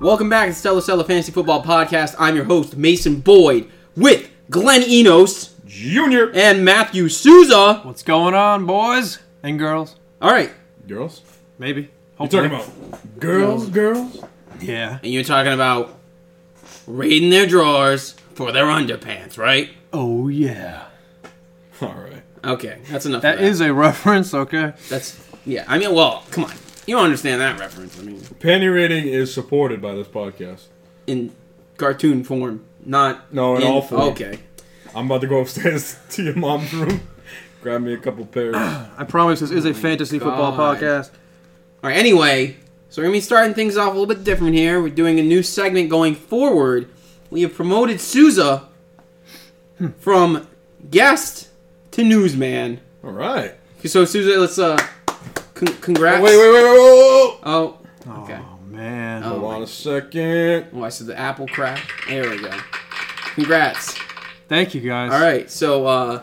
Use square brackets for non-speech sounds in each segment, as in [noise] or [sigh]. Welcome back to Stellar Stellar Fantasy Football Podcast. I'm your host, Mason Boyd, with Glenn Enos Junior. and Matthew Souza. What's going on, boys and girls? All right, Girls? Maybe. You talking about girls, girls? Yeah. and you're talking about raiding their drawers for their underpants, right? Oh yeah. [laughs] All right. Okay, that's enough. That of that. is a [laughs] reference, okay? That's yeah. I mean, well, come on, you don't understand that reference. I mean, Panty rating is supported by this podcast. in cartoon form, not No, in all form. Okay, I'm about to go upstairs [laughs] to your mom's room, grab me a couple [clears throat] pairs. I promise this is a fantasy football God. podcast. All right, anyway, so we're going to be starting things off a little bit different here. We're doing a new segment going forward. We have promoted Souza from guest to newsman. All right. So, Souza, let's, uh, con- Wait, congrats. wait, wait, wait, wait. Oh, okay. Oh man. Oh. Hold on a second. Oh, I said the apple crack. There we go. Congrats. Thank you guys. All right, so, uh,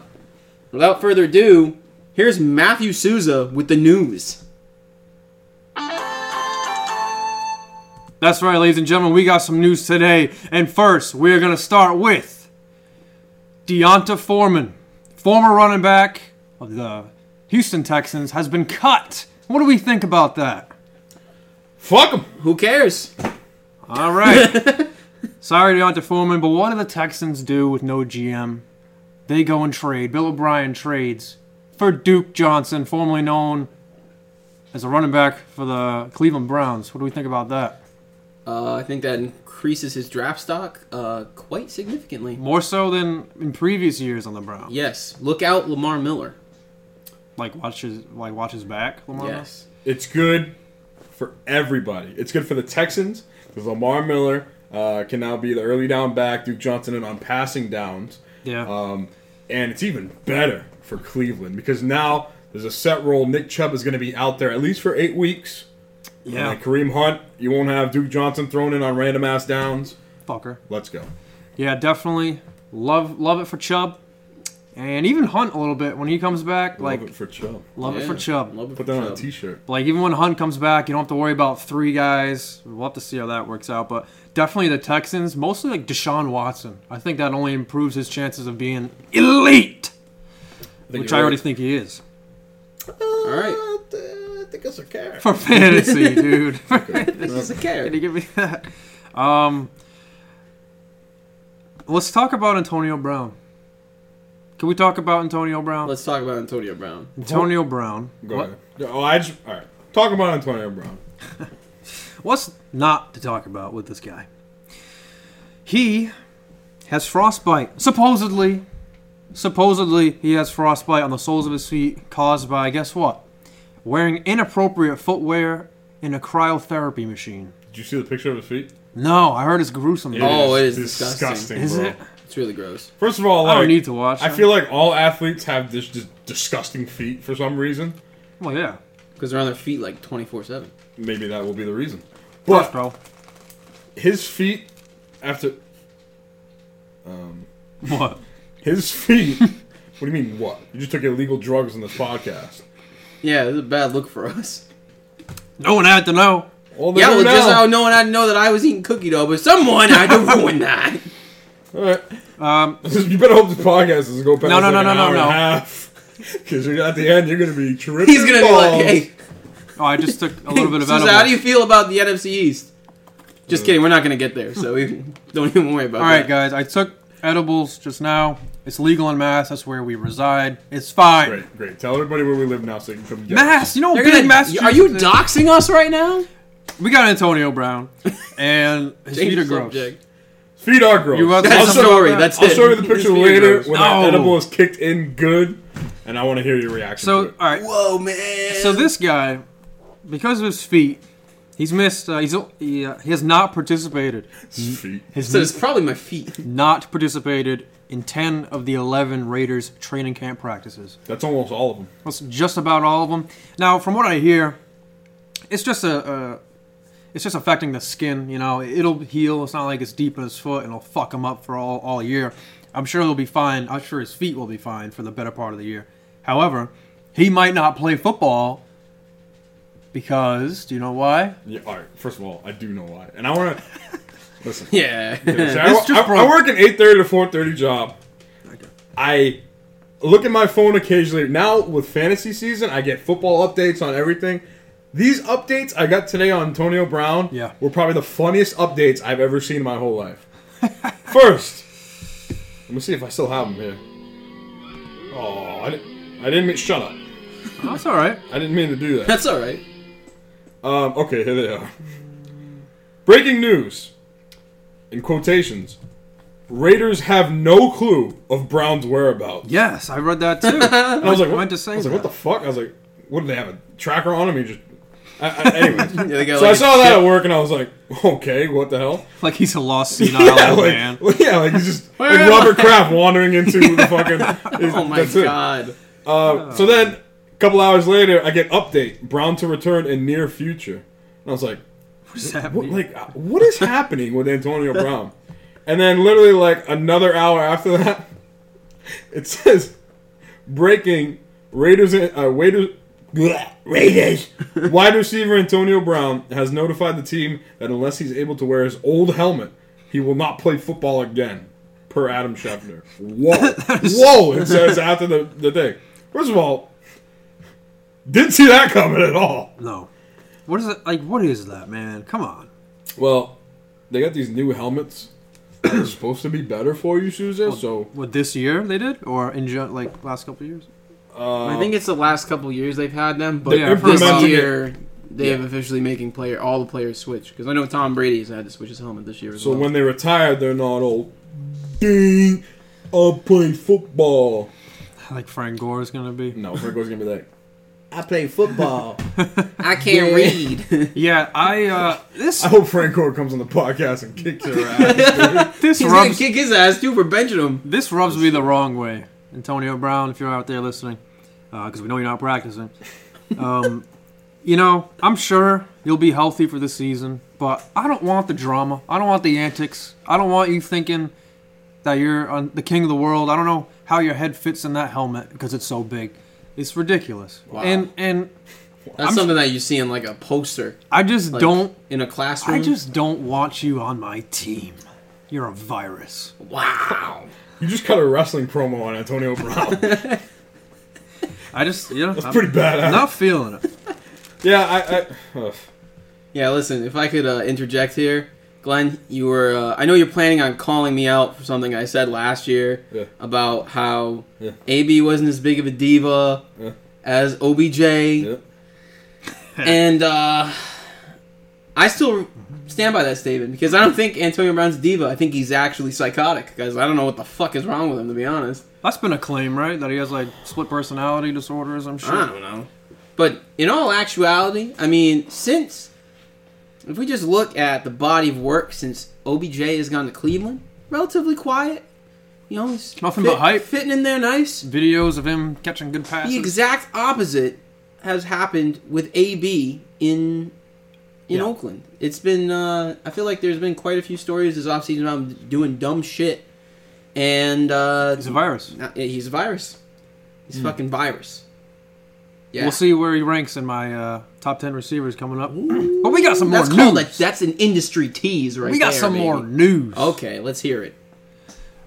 without further ado, here's Matthew Souza with the news. That's right, ladies and gentlemen, we got some news today. And first, we're gonna start with Deonta Foreman, former running back of the Houston Texans, has been cut. What do we think about that? Fuck them. Who cares? All right. [laughs] Sorry, Deonta Foreman, but what do the Texans do with no GM? They go and trade. Bill O'Brien trades for Duke Johnson, formerly known as a running back for the Cleveland Browns. What do we think about that? Uh, I think that increases his draft stock, uh, quite significantly. More so than in previous years on the Browns. Yes. Look out, Lamar Miller. Like watches, like watches back. Lamar. Yes. It's good for everybody. It's good for the Texans because Lamar Miller uh, can now be the early down back, Duke Johnson, and on passing downs. Yeah. Um, and it's even better for Cleveland because now there's a set role. Nick Chubb is going to be out there at least for eight weeks. yeah. And Kareem Hunt, you won't have Duke Johnson thrown in on random ass downs. Fucker. Let's go. Yeah, definitely. Love, love it for Chubb, and even Hunt a little bit when he comes back. Like, Love it for Chubb. love it Yeah. for Chubb. Love it Put for that on a Chubb. t-shirt. Like even when Hunt comes back, you don't have to worry about three guys. We'll have to see how that works out, but definitely the Texans, mostly like Deshaun Watson. I think that only improves his chances of being elite, I think which you're I already right. think he is [laughs] All right. Uh, I think it's a carrot. [laughs] for fantasy, dude. [laughs] Can This is a carrot. you give me that? Um, let's talk about Antonio Brown. Can we talk about Antonio Brown? Let's talk about Antonio Brown. Antonio Brown. Go What- ahead. Oh, I just, all right. Talk about Antonio Brown. What's not to talk about with this guy? He has frostbite. Supposedly, supposedly he has frostbite on the soles of his feet caused by guess what? Wearing inappropriate footwear in a cryotherapy machine. Did you see the picture of his feet? No, I heard it's gruesome. It Oh, it is it's disgusting. Is bro. it? It's really gross. First of all, I like, don't need to watch. I it. feel like all athletes have this dis- disgusting feet for some reason. Well, yeah. Because they're on their feet like 24 7. Maybe that will be the reason. Yes, But bro. his feet after What? his [laughs] feet. what do you mean? What? You just took illegal drugs in this podcast. Yeah, this is a bad look for us. No one had to know. All [laughs] they Yeah, do well, just now. how no one had to know that I was eating cookie dough, but someone had [laughs] to ruin that. All right. [laughs] Um, you better hope this podcast doesn't go past No, no, like no, an no, no, hour and a no. half. [laughs] Because at the end, you're gonna be tripping. He's going to be like, hey, oh, I just took a [laughs] little bit of Sousa, how do you edibles. feel about the NFC East? Uh, Just kidding, we're not going to get there, so we [laughs] don't even worry about All right, that. guys. I took edibles just now. It's legal in Mass. That's where we reside. It's fine. Great, great. Tell everybody where we live now, so you can come get us. Mass, you know, They're big gonna- Massachusetts. are you doxing us right now? We got [laughs] Antonio Brown, and his feet are gross. subject. Feet are gross. You want I'll That's the show- story. I'll That's I'll it. show [laughs] you the His picture feet are later gross. when No. that edible is kicked in good, and I want to hear your reaction. So, to it. all right. Whoa, man. So this guy, because of his feet, he's missed. Uh, he's he, uh, he has not participated. His feet. Has So it's probably my feet. not participated in ten of the eleven Raiders training camp practices. That's almost all of them. That's just about all of them. Now, from what I hear, it's just a, a it's just affecting the skin. You know, it'll heal. It's not like it's deep in his foot and it'll fuck him up for all all year. I'm sure he'll be fine. I'm sure his feet will be fine for the better part of the year. However, he might not play football Because do you know why? Yeah, all right. First of all, I do know why, and I want to listen. [laughs] Yeah. So I, This just I- I broke. work an eight thirty to four thirty job. I look at my phone occasionally. Now with fantasy season, I get football updates on everything. These updates I got today on Antonio Brown Yeah. were probably the funniest updates I've ever seen in my whole life. [laughs] First, let me see if I still have them here. Oh, I didn't, I didn't mean. Shut up! That's all right. I didn't mean to do [laughs] that. That's all right. Um, okay, here they are. Breaking news. In quotations. Raiders have no clue of Brown's whereabouts. Yes, I read that too. [laughs] I And I was like, what, meant to say I was like, what that. the fuck? I was like, what do they have a tracker on him? He just, I, I, anyways. Yeah, they got, so I like, saw a that chip. at work, and I was like, okay, what the hell? Like he's a lost senile Yeah, [laughs] like, old Oh, man. yeah, like he's just Where like am Robert Kraft wandering into the fucking. Oh my that's it. god. Uh, so then, a couple hours later, I get update: Brown to return in near future. And I was like, What is that What, mean? like, uh, what is happening with Antonio Brown? And then, literally, like another hour after that, [laughs] it says breaking Raiders. Uh, Raiders. bleh, Raiders wide receiver Antonio Brown has notified the team that unless he's able to wear his old helmet, he will not play football again. Per Adam Scheffner. Whoa, whoa! It says after the the thing. First of all, didn't see that coming at all. no. What is it? Like, what is that, man? Come on. Well, they got these new helmets. They're supposed to be better for you, Souza. So What this year they did, or in gen- like last couple of years? I think it's the last couple of years they've had them, but They're this implementing year they have officially making player all the players switch because I know Tom Brady's had to switch his helmet this year as so well. when they retire, they're not all ding. I'll play football. Like Frank Gore is gonna be. No, Franco's gonna be like, I play football, I can't [laughs] read. Yeah, I uh this [laughs] I hope Franco comes on the podcast and kicks your [laughs] ass. this He's gonna rubs kick his ass too for benching him. this rubs me the wrong way, Antonio Brown. If you're out there listening, because we know you're not practicing. Um, [laughs] you know, I'm sure you'll be healthy for this season, but I don't want the drama. I don't want the antics. I don't want you thinking that you're on the king of the world. I don't know how your head fits in that helmet because it's so big. It's ridiculous. Wow. And and That's I'm- something that you see in like a poster. I just like, don't. in a classroom. I just don't want you on my team. You're a virus. wow. you just cut a wrestling promo on Antonio [laughs] Brown. That's I just you know I'm pretty badass. not feeling it. Yeah, I. I ugh. Yeah, listen, if I could uh, interject here, Glenn, you were. Uh, I know you're planning on calling me out for something I said last year Yeah. about how Yeah. AB wasn't as big of a diva Yeah. as OBJ. yeah. [laughs] and uh, I still stand by that statement because I don't think Antonio Brown's diva. I think he's actually psychotic because I don't know what the fuck is wrong with him to be honest. That's been a claim, right? That he has like split personality disorders. I'm I sure. don't know. But in all actuality, I mean, since if we just look at the body of work since OBJ has gone to Cleveland, relatively quiet. You know, he's Nothing but hype. fitting in there nice. Videos of him catching good passes. The exact opposite has happened with AB in in Yeah. Oakland. It's been uh, I feel like there's been quite a few stories this offseason about him doing dumb shit, and uh, He's a virus. not- yeah, he's a virus. He's a fucking virus. Yeah, We'll see where he ranks in my uh, top ten receivers coming up. But we got some more that's called a, news. that's an industry tease right we got there, some baby. more news. Okay, let's hear it.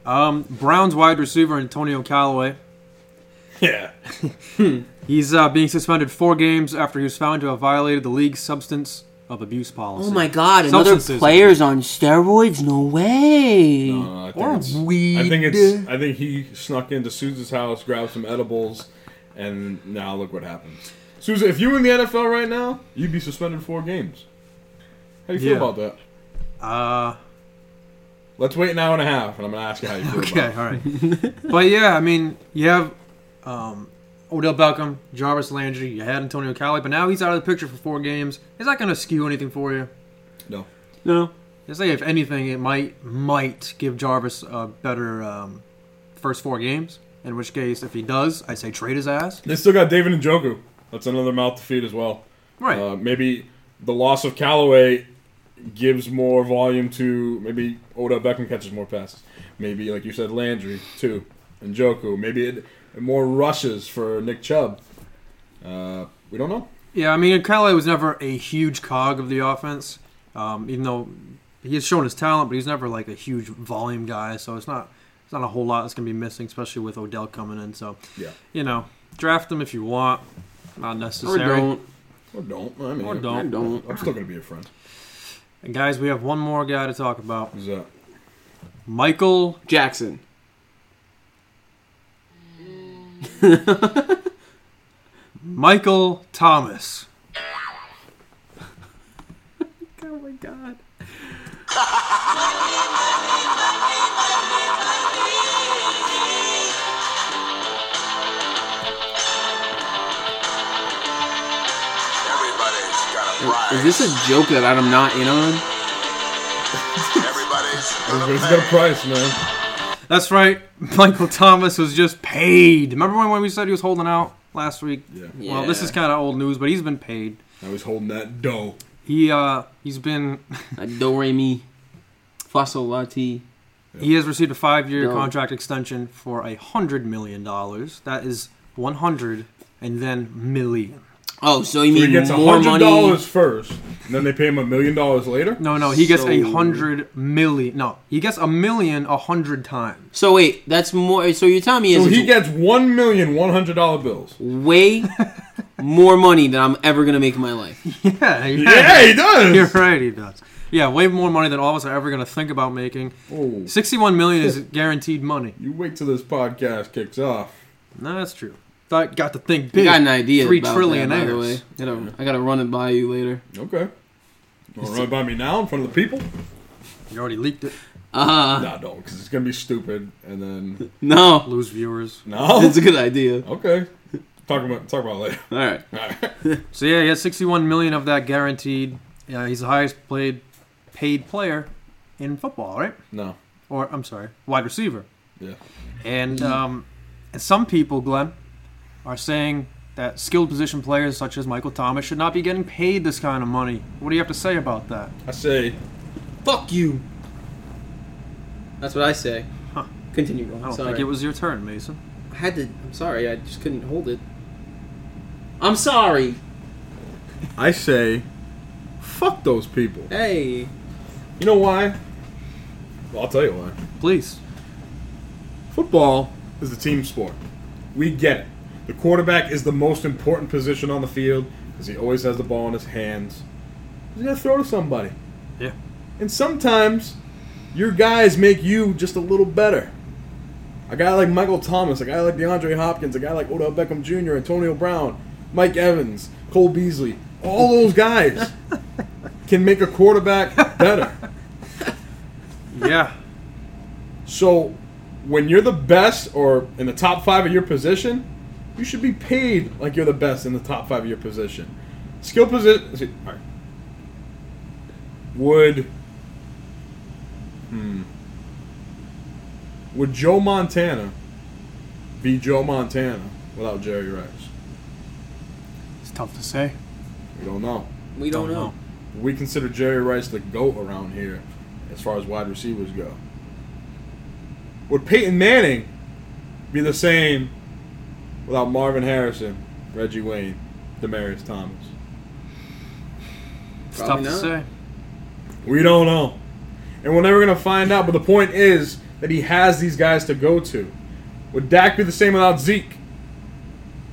Um, Browns wide receiver Antonio Callaway. Yeah. He's uh, being suspended four games after he was found to have violated the league's substance of abuse policy. Oh my god, another another Substances. player's on steroids? No way. Uh, I think Or it's- weed. I think it's. I think he snuck into Sousa's house, grabbed some edibles, and now look what happens. Sousa, if you were in the NFL right now, you'd be suspended four games. How do you feel Yeah. about that? Uh, Let's wait an hour and a half, and I'm gonna ask you how you feel [laughs] okay, about all right. but yeah, I mean, you have um, Odell Beckham, Jarvis Landry, you had Antonio Callaway, but now he's out of the picture for four games. Is that going to skew anything for you? it. No, No. I'd say if anything, it might might give Jarvis a better um, first four games. In which case, if he does, I say trade his ass. they still got David and Joku. That's another mouth to feed as well. Right. Uh, maybe the loss of Callaway gives more volume to maybe Odell Beckham catches more passes. Maybe, like you said, Landry too, and Joku. Maybe it, more rushes for Nick Chubb. Uh, we don't know. Yeah, I mean, Calais was never a huge cog of the offense, um, even though he has shown his talent, but he's never like a huge volume guy. So it's not it's not a whole lot that's gonna be missing, especially with Odell coming in. So Yeah. you know, draft him if you want, not Or necessary. don't. Or don't. I mean, Or don't. Or don't. I'm still gonna be a friend. And guys, we have one more guy to talk about, Who's that? Michael. Jackson. Michael Thomas. [laughs] Oh my god. Everybody's got a price. Is this a joke that I'm not in on? Everybody's Everybody's got gonna a pay. price, man. That's right. [laughs] Michael Thomas was just paid. Remember when when we said he was holding out last week? Yeah. Well, this Yeah. is kind of old news, but he's been paid. I was holding that dough. He uh he's been A do re mi. Fossil lati. he has received a five year No. contract extension for a hundred million dollars. That is one hundred and then million. Oh, so you So he mean gets more hundred money? dollars first, and then they pay him a million dollars later. No, no, he gets a So- hundred million. No, he gets a million a hundred times. [laughs] So wait, that's more. So you're telling me So is he it's gets one million one hundred dollar bills. [laughs] way more money than I'm ever gonna make in my life. Yeah, yeah. Yeah, he does. [laughs] You're right, he does. Yeah, way more money than all of us are ever going to think about making. Oh, Sixty-one million is guaranteed money. you wait till this podcast kicks off. No, that's true. Thought got to think I big. got an idea. Three about trillion that, by the way. heirs. I gotta, I gotta run it by you later. Okay. You want to run it by me now in front of the people? You already leaked it. Uh Nah, don't, because it's gonna be stupid. [laughs] And then no, Lose viewers. no. it's a good idea. Okay. Talk about talk about it later. [laughs] All right. All right. So yeah, he has 61 million of that guaranteed. Yeah, he's the highest played paid player in football, right? No. Or I'm sorry, wide receiver. Yeah. And um, and some people, Glenn, are saying that skilled position players such as Michael Thomas should not be getting paid this kind of money. What do you have to say about that? I say Fuck you. That's what I say. Huh. Continue I going. don't Sorry. think it was your turn, Mason. I had to. I'm sorry. I just couldn't hold it. I'm sorry. I say fuck those people. Hey. You know why? Well, I'll tell you why. Please. Football is a team sport. We get it. The quarterback is the most important position on the field because he always has the ball in his hands. He's going to throw to somebody. Yeah. And sometimes your guys make you just a little better. A guy like Michael Thomas, a guy like DeAndre Hopkins, a guy like Odell Beckham Jr., Antonio Brown, Mike Evans, Cole Beasley, all those guys can make a quarterback better. Yeah. So when you're the best or in the top five of your position, you should be paid like you're the best in the top five of your position. Skill position would hmm, would Joe Montana be Joe Montana without Jerry Rice? it's tough to say. We don't know. We don't, know. We consider Jerry Rice the GOAT around here as far as wide receivers go. Would Peyton Manning be the same without Marvin Harrison, Reggie Wayne, Demarius Thomas? It's Probably tough to not. say. We don't know. And we're never going to find out. But the point is that he has these guys to go to. Would Dak be the same without Zeke?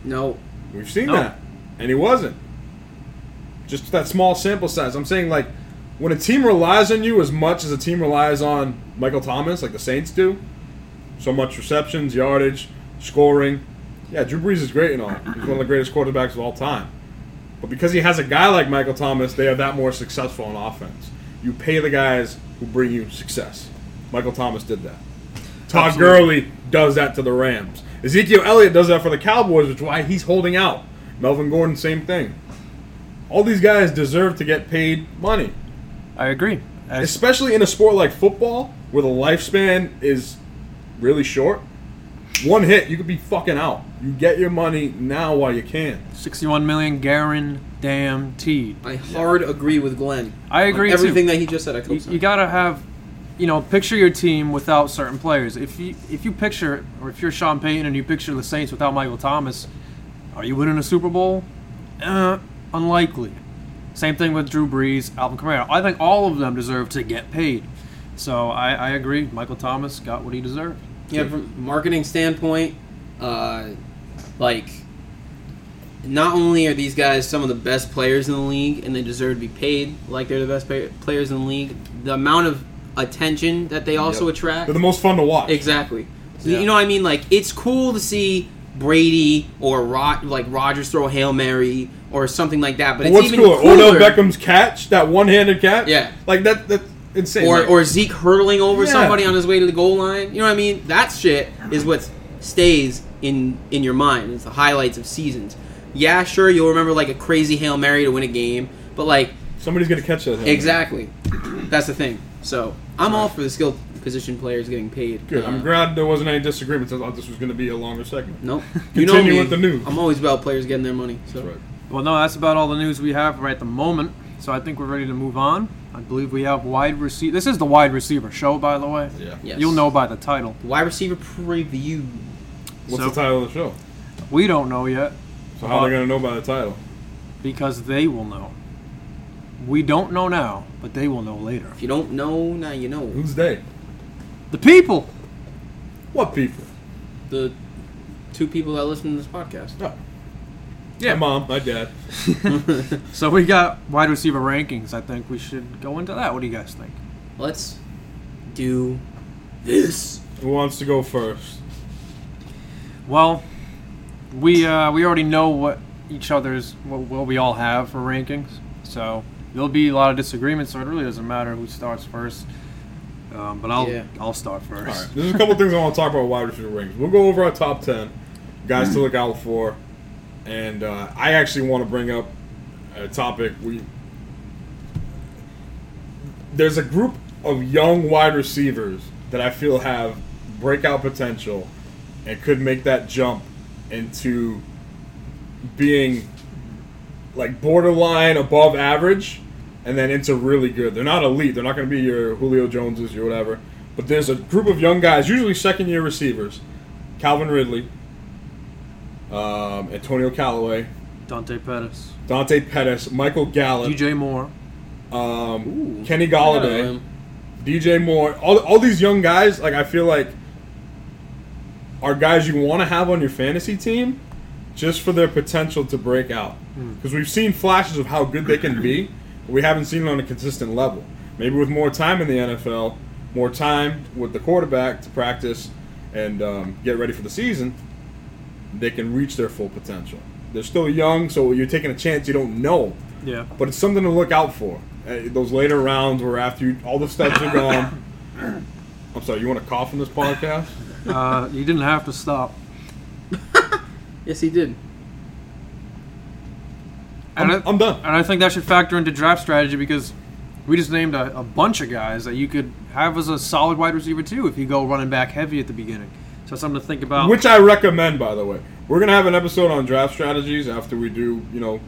No. We've seen No. that. And he wasn't. Just that small sample size. I'm saying, like, when a team relies on you as much as a team relies on Michael Thomas, like the Saints do, so much receptions, yardage, scoring. Yeah, Drew Brees is great and all. He's one of the greatest quarterbacks of all time. But because he has a guy like Michael Thomas, they are that more successful on offense. You pay the guys who bring you success. Michael Thomas did that. Todd Absolutely. Gurley does that to the Rams. Ezekiel Elliott does that for the Cowboys, which is why he's holding out. Melvin Gordon, same thing. All these guys deserve to get paid money, I agree. I- especially in a sport like football where the lifespan is really short. One hit, you could be fucking out. You get your money now while you can. 61 million guaranteed. I hard agree with Glenn. I agree On too. everything that he just said. I you, could you gotta have you know picture your team without certain players if you if you picture or if you're sean payton and you picture the saints without michael thomas are you winning a super bowl uh, Unlikely. Same thing with Drew Brees, Alvin Kamara. I think all of them deserve to get paid. So I, I agree. Michael Thomas got what he deserved. Yeah, from a marketing standpoint, uh, like not only are these guys some of the best players in the league and they deserve to be paid like they're the best pay- players in the league, the amount of attention that they also Yep. attract. They're the most fun to watch. Exactly. So, Yeah. You know what I mean? Like it's cool to see Brady or Rod, like Rogers throw a hail mary or something like that. But But it's what's even cooler, Odell cooler- Beckham's catch, that one-handed catch? Yeah. Like, that, that's insane. or Like, or Zeke hurtling over Yeah. somebody on his way to the goal line. You know what I mean? That shit is what stays in in your mind. It's the highlights of seasons. Yeah, sure, you'll remember like a crazy hail mary to win a game, but like somebody's going to catch that. exactly, that's the thing. So I'm all for the skill position players getting paid. Good. I'm Uh, glad there wasn't any disagreements. I thought this was going to be a longer segment. Nope. You know Continue me. with the news. I'm always about players getting their money. So. That's right. Well, no, that's about all the news we have right at the moment. So I think we're ready to move on. I believe we have wide receiver. This is the wide receiver show, by the way. Yeah. Yes. You'll know by the title. Wide receiver preview. What's So- the title of the show? We don't know yet So how are Uh, they going to know by the title? because they will know. We don't know now, but they will know later. If you don't know, now you know. Who's they? The people. What people? The two people that listen to this podcast. Oh. Yeah. My mom, my dad. So we got wide receiver rankings. I think we should go into that. What do you guys think? Let's do this. Who wants to go first? Well, we uh, we already know what each other's what, what we all have for rankings, so there'll be a lot of disagreements. So it really doesn't matter who starts first. Um, but I'll Yeah. I'll start All first. right. There's a couple things I want to talk about wide receiver rings. We'll go over our top ten guys to look out for, and uh, I actually want to bring up a topic. We there's a group of young wide receivers that I feel have breakout potential and could make that jump into being like borderline above average and then into really good. They're not elite. They're not going to be your Julio Joneses, your whatever. But there's a group of young guys, usually second year receivers Calvin Ridley, um, Antonio Callaway, Dante Pettis, Dante Pettis, Michael Gallup, DJ Moore. um, Ooh. Kenny Yeah, Galladay, um, DJ Moore. All, all these young guys, like, I feel like are guys you want to have on your fantasy team just for their potential to break out. Because we've seen flashes of how good they can be, but we haven't seen it on a consistent level. Maybe with more time in the NFL, more time with the quarterback to practice and um, get ready for the season, they can reach their full potential. They're still young, so you're taking a chance you don't know Yeah. but it's something to look out for. Uh, those later rounds where after you, all the steps are gone. I'm sorry, you want to cough on this podcast? Uh, you didn't have to stop. yes, he did. And I- I'm done. And I think that should factor into draft strategy because we just named a, a bunch of guys that you could have as a solid wide receiver too if you go running back heavy at the beginning. So something to think about. Which I recommend, by the way. We're gonna have an episode on draft strategies after we do, you know,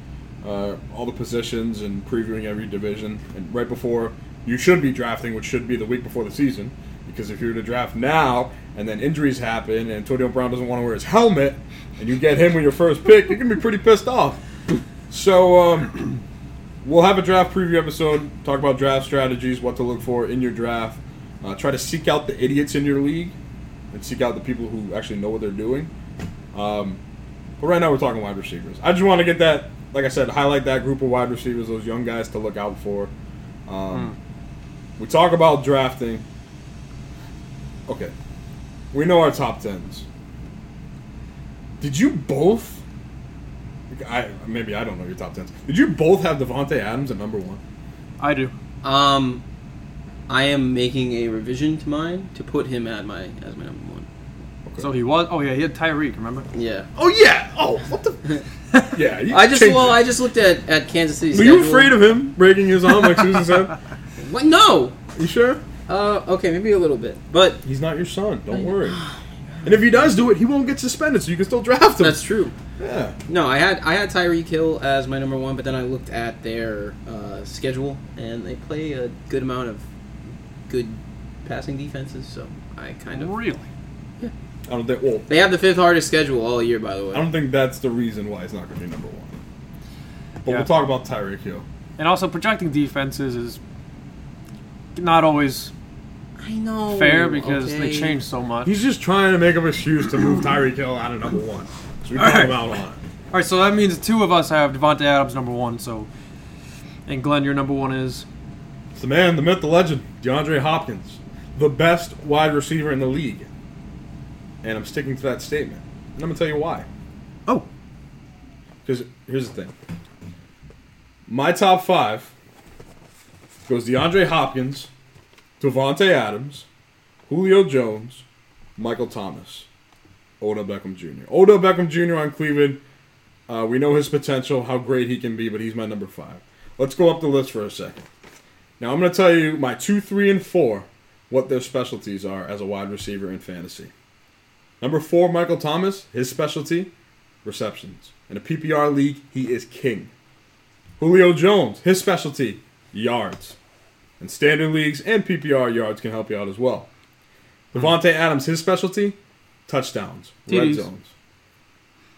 uh, all the positions and previewing every division, and right before you should be drafting, which should be the week before the season, because if you were to draft now and then injuries happen and Antonio Brown doesn't want to wear his helmet, and you get him with your first pick, you're gonna be pretty pissed off. So um, [clears throat] we'll have a draft preview episode. Talk about draft strategies, what to look for in your draft. Uh, try to seek out the idiots in your league, and seek out the people who actually know what they're doing. Um, but right now we're talking wide receivers. I just want to get that, like I said, highlight that group of wide receivers, those young guys to look out for. Um, Hmm. We talk about drafting. Okay, we know our top tens. Did you both? I maybe I don't know your top tens. Did you both have Devonte Adams at number one? I do. Um, I am making a revision to mine to put him at my as my number one. So he was. Oh yeah, he had Tyreek. Remember? Yeah. Oh yeah. Oh what the? [laughs] yeah. you I just changed well, it. I just looked at at Kansas City. Were you afraid of him breaking his arm like [laughs] Susan said? What? No. You sure? Uh, okay, maybe a little bit, but He's not your son. Don't worry. And if he does do it, he won't get suspended, so you can still draft him. that's true. yeah. No, I had I had Tyreek Hill as my number one, but then I looked at their uh, schedule and they play a good amount of good passing defenses, so I kind of Really? I don't think. Well, they have the fifth hardest schedule all year. By the way, I don't think that's the reason why he's not going to be number one. But Yeah. we'll talk about Tyreek Hill. And also, projecting defenses is not always I know. fair because they okay. change so much. He's just trying to make up excuse to move Tyreek Hill out of number one. So we put him out on it. All right, so that means two of us have Devonte Adams number one. So, and Glenn, your number one is It's the man, the myth, the legend, DeAndre Hopkins, the best wide receiver in the league. And I'm sticking to that statement. And I'm going to tell you why. oh, Because here's the thing. My top five goes DeAndre Hopkins, Devontae Adams, Julio Jones, Michael Thomas, Odell Beckham Jr. Odell Beckham Jr. on Cleveland. Uh, we know his potential, how great he can be, but he's my number five. Let's go up the list for a second. Now I'm going to tell you my two, three, and four, what their specialties are as a wide receiver in fantasy. Number four, Michael Thomas, his specialty receptions. In a PPR league, he is king. Julio Jones, his specialty, yards. In standard leagues and PPR, yards can help you out as well. Devontae Adams, his specialty, touchdowns, red TDs. zones.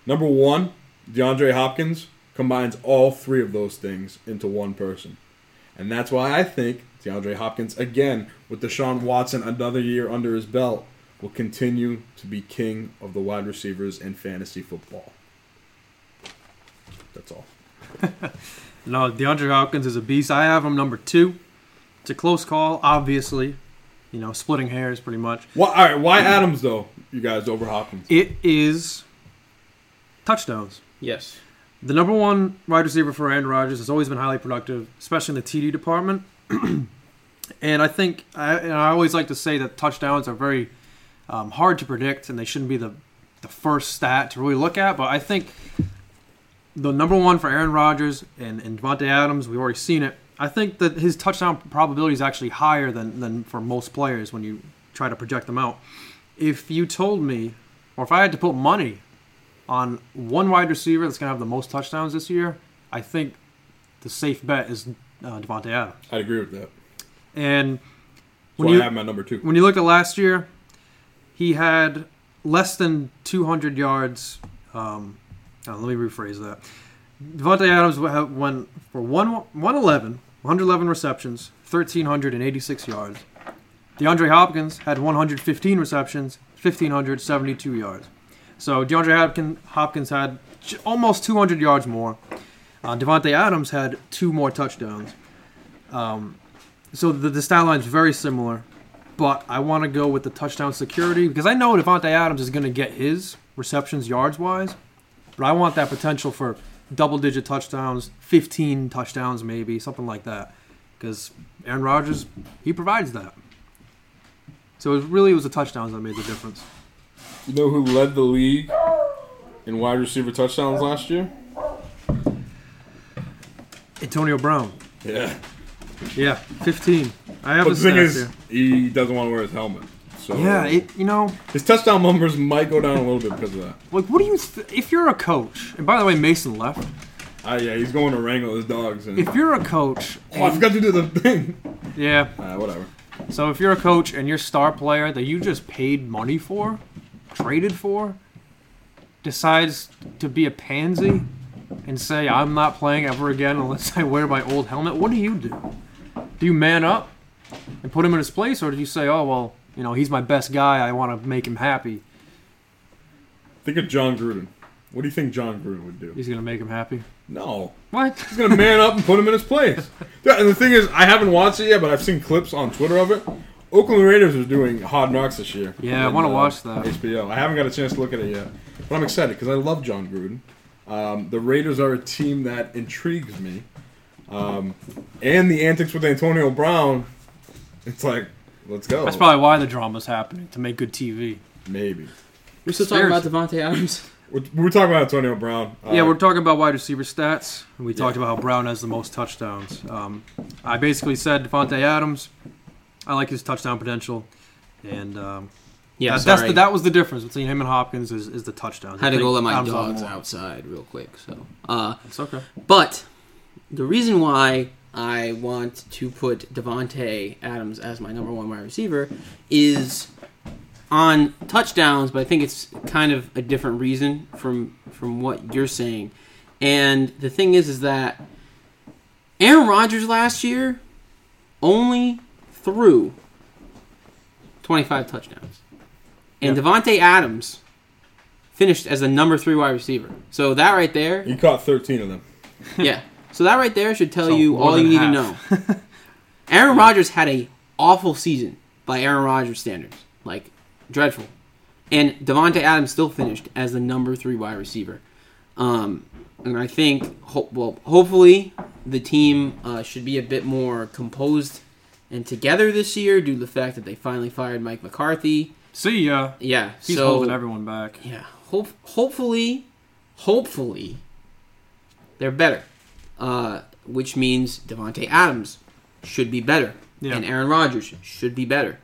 Number one, DeAndre Hopkins combines all three of those things into one person. And that's why I think DeAndre Hopkins, again, with Deshaun Watson another year under his belt, will continue to be king of the wide receivers in fantasy football. That's all. no, DeAndre Hopkins is a beast. I have him number two. It's a close call, obviously. You know, splitting hairs pretty much. Why, all right, why Adams, though, you guys, over Hopkins? It is touchdowns. Yes. The number one wide receiver for Aaron Rodgers has always been highly productive, especially in the TD department. [clears throat] and I think, I, and I always like to say that touchdowns are very um, hard to predict, and they shouldn't be the the first stat to really look at. But I think the number one for Aaron Rodgers and, and Devontae Adams, we've already seen it. I think that his touchdown probability is actually higher than, than for most players when you try to project them out. If you told me, or if I had to put money on one wide receiver that's going to have the most touchdowns this year, I think the safe bet is uh, Devontae Adams. I'd agree with that. And So when you, I have my number two. when you look at last year, he had less than 200 yards. Um, uh, let me rephrase that. Devontae Adams wa- ha- went for one, 111, 111 receptions, 1,386 yards. DeAndre Hopkins had 115 receptions, 1,572 yards. So DeAndre Hopkins, Hopkins had j- almost 200 yards more. Uh, Devontae Adams had two more touchdowns. Um, so the, the stat line is very similar but I want to go with the touchdown security because I know Devontae Adams is going to get his receptions yards wise, but I want that potential for double digit touchdowns, 15 touchdowns maybe, something like that, because Aaron Rodgers he provides that. So it was really it was the touchdowns that made the difference. You know who led the league in wide receiver touchdowns last year? Antonio Brown, Yeah. yeah, 15. I have But a the thing stat is, here. he doesn't want to wear his helmet. So Yeah, it, you know, his touchdown numbers might go down a little bit because of that. like what do you th- if you're a coach? And by the way, Mason left. Ah, yeah, he's going to wrangle his dogs. And, If you're a coach, oh, I forgot to do the [laughs] thing. yeah, Ah, whatever. So if you're a coach and your star player that you just paid money for, traded for, decides to be a pansy and say I'm not playing ever again unless I wear my old helmet, what do you do? Do you man up and put him in his place, or do you say, oh well, you know he's my best guy, I want to make him happy, Think of John Gruden. What do you think John Gruden would do? he's gonna make him happy? No. What? He's gonna man up and put him in his place. Yeah, and the thing is, I haven't watched it yet, but I've seen clips on Twitter of it. Oakland Raiders are doing Hard Knocks this year. Yeah, I On, wanna uh, watch that. HBO. I haven't got a chance to look at it yet, but I'm excited because I love John Gruden. Um, the Raiders are a team that intrigues me, um, and the antics with Antonio Brown. It's like, let's go. That's probably why the drama's happening to make good TV. Maybe. We're still talking about Devontae Adams. We're, we're talking about Antonio Brown. yeah, Uh, we're talking about wide receiver stats. We talked about how Brown has the most touchdowns. Um, I basically said Devontae Adams. I like his touchdown potential, and um, Yeah, that, sorry. that's the, that was the difference between him and Hopkins is, is the touchdowns. Had to go let my Adams dogs on more. outside real quick. So, uh, It's okay. but the reason why I want to put Devonte Adams as my number one wide receiver is on touchdowns, but I think it's kind of a different reason from from what you're saying. And the thing is, is that Aaron Rodgers last year only threw 25 touchdowns. And Devontae Adams finished as the number three wide receiver. So that right there, He caught 13 of them. yeah. [laughs] So that right there should tell So you more all you than need half. to know. [laughs] Aaron Rodgers had a awful season by Aaron Rodgers standards, like dreadful. And Devonte Adams still finished as the number three wide receiver. Um, and I think, ho- well, hopefully, the team uh, should be a bit more composed and together this year due to the fact that they finally fired Mike McCarthy. See ya. Yeah, He's so holding everyone back. yeah, hope hopefully, hopefully, they're better. Uh, which means Devonte Adams should be better, Yeah. and Aaron Rodgers should be better.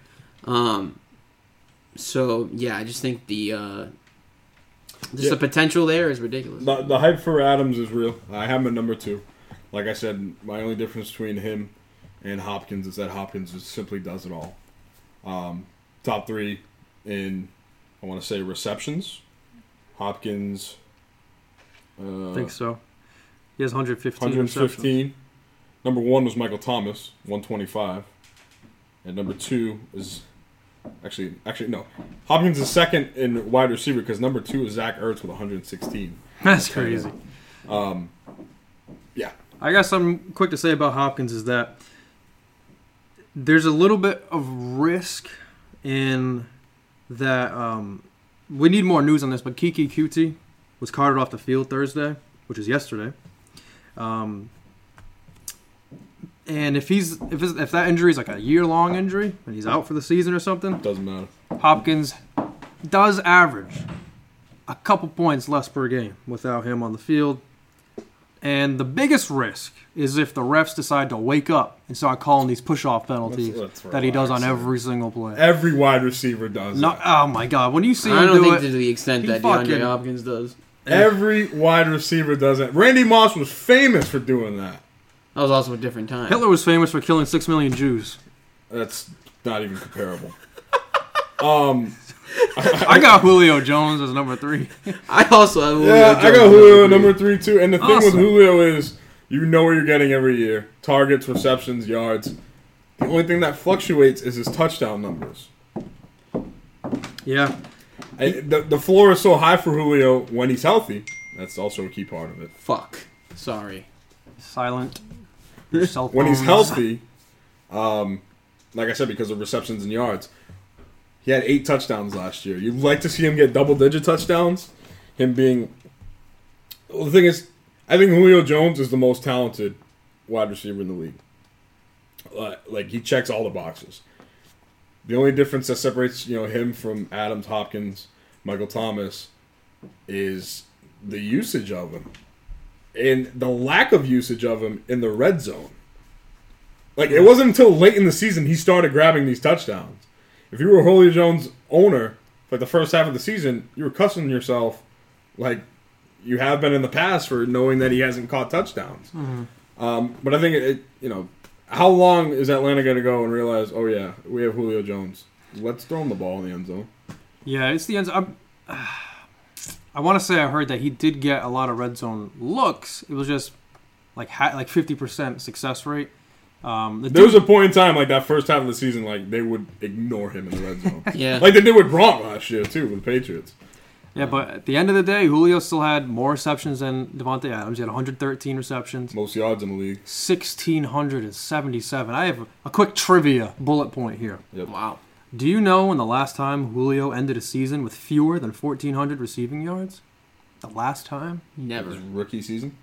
Um, so yeah, I just think the uh, just Yeah. the potential there is ridiculous. The, the hype for Adams is real. I have him at number two. Like I said, my only difference between him and Hopkins is that Hopkins just simply does it all. Um, top three in, I want to say, receptions. Hopkins. Uh, I think so. He has 115. 115. 115. Number one was Michael Thomas, 125. And number two is actually, actually no, Hopkins is second in wide receiver because number two is Zach Ertz with 116. [laughs] That's crazy. Yeah, I got something quick to say about Hopkins is that there's a little bit of risk in that. Um, we need more news on this, but Kiki Cutie was carted off the field Thursday, which is yesterday. Um, and if he's if, his, if that injury is like a year long injury and he's out for the season or something, doesn't matter. Hopkins does average a couple points less per game without him on the field. And the biggest risk is if the refs decide to wake up and start calling these push-off penalties Let's- let's that he does on relax. every single play. Every wide receiver does. No, that. oh my God! When you see I him don't do think it, to the extent he that fucking- DeAndre Hopkins does. Every wide receiver does it. Randy Moss was famous for doing that. That was also a different time. Hitler was famous for killing six million Jews. That's not even comparable. um, I got Julio Jones as number three. [laughs] I also have Julio yeah, I Jones got at Julio number three too. And the thing with Awesome. Julio is you know what you're getting every year: targets, receptions, yards. The only thing that fluctuates is his touchdown numbers. Yeah, I, the, the floor is so high for Julio when he's healthy. That's also a key part of it. Fuck. Sorry. [laughs] silent. Your cell when he's phones. healthy, um, like I said, because of receptions and yards, he had eight touchdowns last year. You'd like to see him get double digit touchdowns. Him being well, the thing is, I think Julio Jones is the most talented wide receiver in the league. Uh, like he checks all the boxes. The only difference that separates you know him from Adams, Hopkins, Michael Thomas, is the usage of him and the lack of usage of him in the red zone. Like it wasn't until late in the season he started grabbing these touchdowns. If you were Julio Jones owner for the first half of the season, you were cussing yourself like you have been in the past for knowing that he hasn't caught touchdowns. Um, but I think it, it, you know, how long is Atlanta going to go and realize? Oh yeah, we have Julio Jones. Let's throw him the ball in the end zone. Yeah, it's the end. I'm, [sighs] I want to say I heard that he did get a lot of red zone looks. It was just like ha- like fifty percent success rate. Um, the There was dude, a point in time like that first half of the season, like they would ignore him in the red zone, Yeah. like they did with Gronk last year too with the Patriots. yeah, but at the end of the day, Julio still had more receptions than Devontae Adams. He had 113 receptions, Most yards in the league. 1677. I have a quick trivia bullet point here. wow. Do you know when the last time Julio ended a season with fewer than 1400 receiving yards? The last time? Never. [laughs] His rookie season.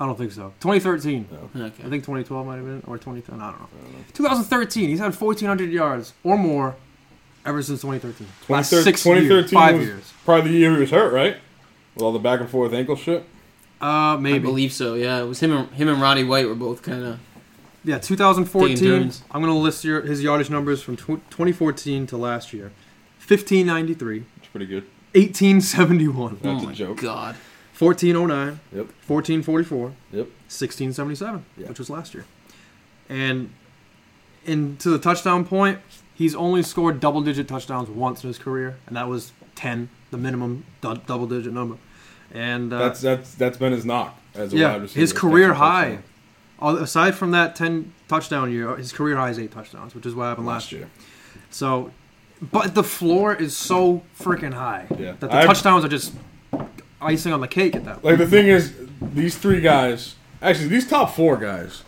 I don't think so. 2013. Okay. I think 2012 might have been, or 2010. I don't know. 2013. He's had 1,400 yards or more ever since 2013. Last 2013 six years, 2013 five was years. Probably the year he was hurt, right? With all the back and forth ankle shit. Uh, I maybe. believe so. Yeah, it was him. And, him and Roddy White were both kind of. Yeah, Taking 2014. turns. I'm gonna list your, his yardage numbers from tw- 2014 to last year. 1593, It's pretty good. 1871, Oh That's a my joke. god. 1409, Yep. 1444, Yep. 1677, Yeah. which was last year. And and to the touchdown point, he's only scored double digit touchdowns once in his career, and that was 10, the minimum du- double digit number. and uh, That's that's that's been his knock as a yeah, wide receiver. his catching career high. touchdowns Al- Aside from that ten touchdown year, his career high is eight touchdowns, which is what happened last, last year. So, but the floor is so freaking high Yeah. that the I've- touchdowns are just icing on the cake at that. point. Like the thing is, these three guys, actually these top four guys,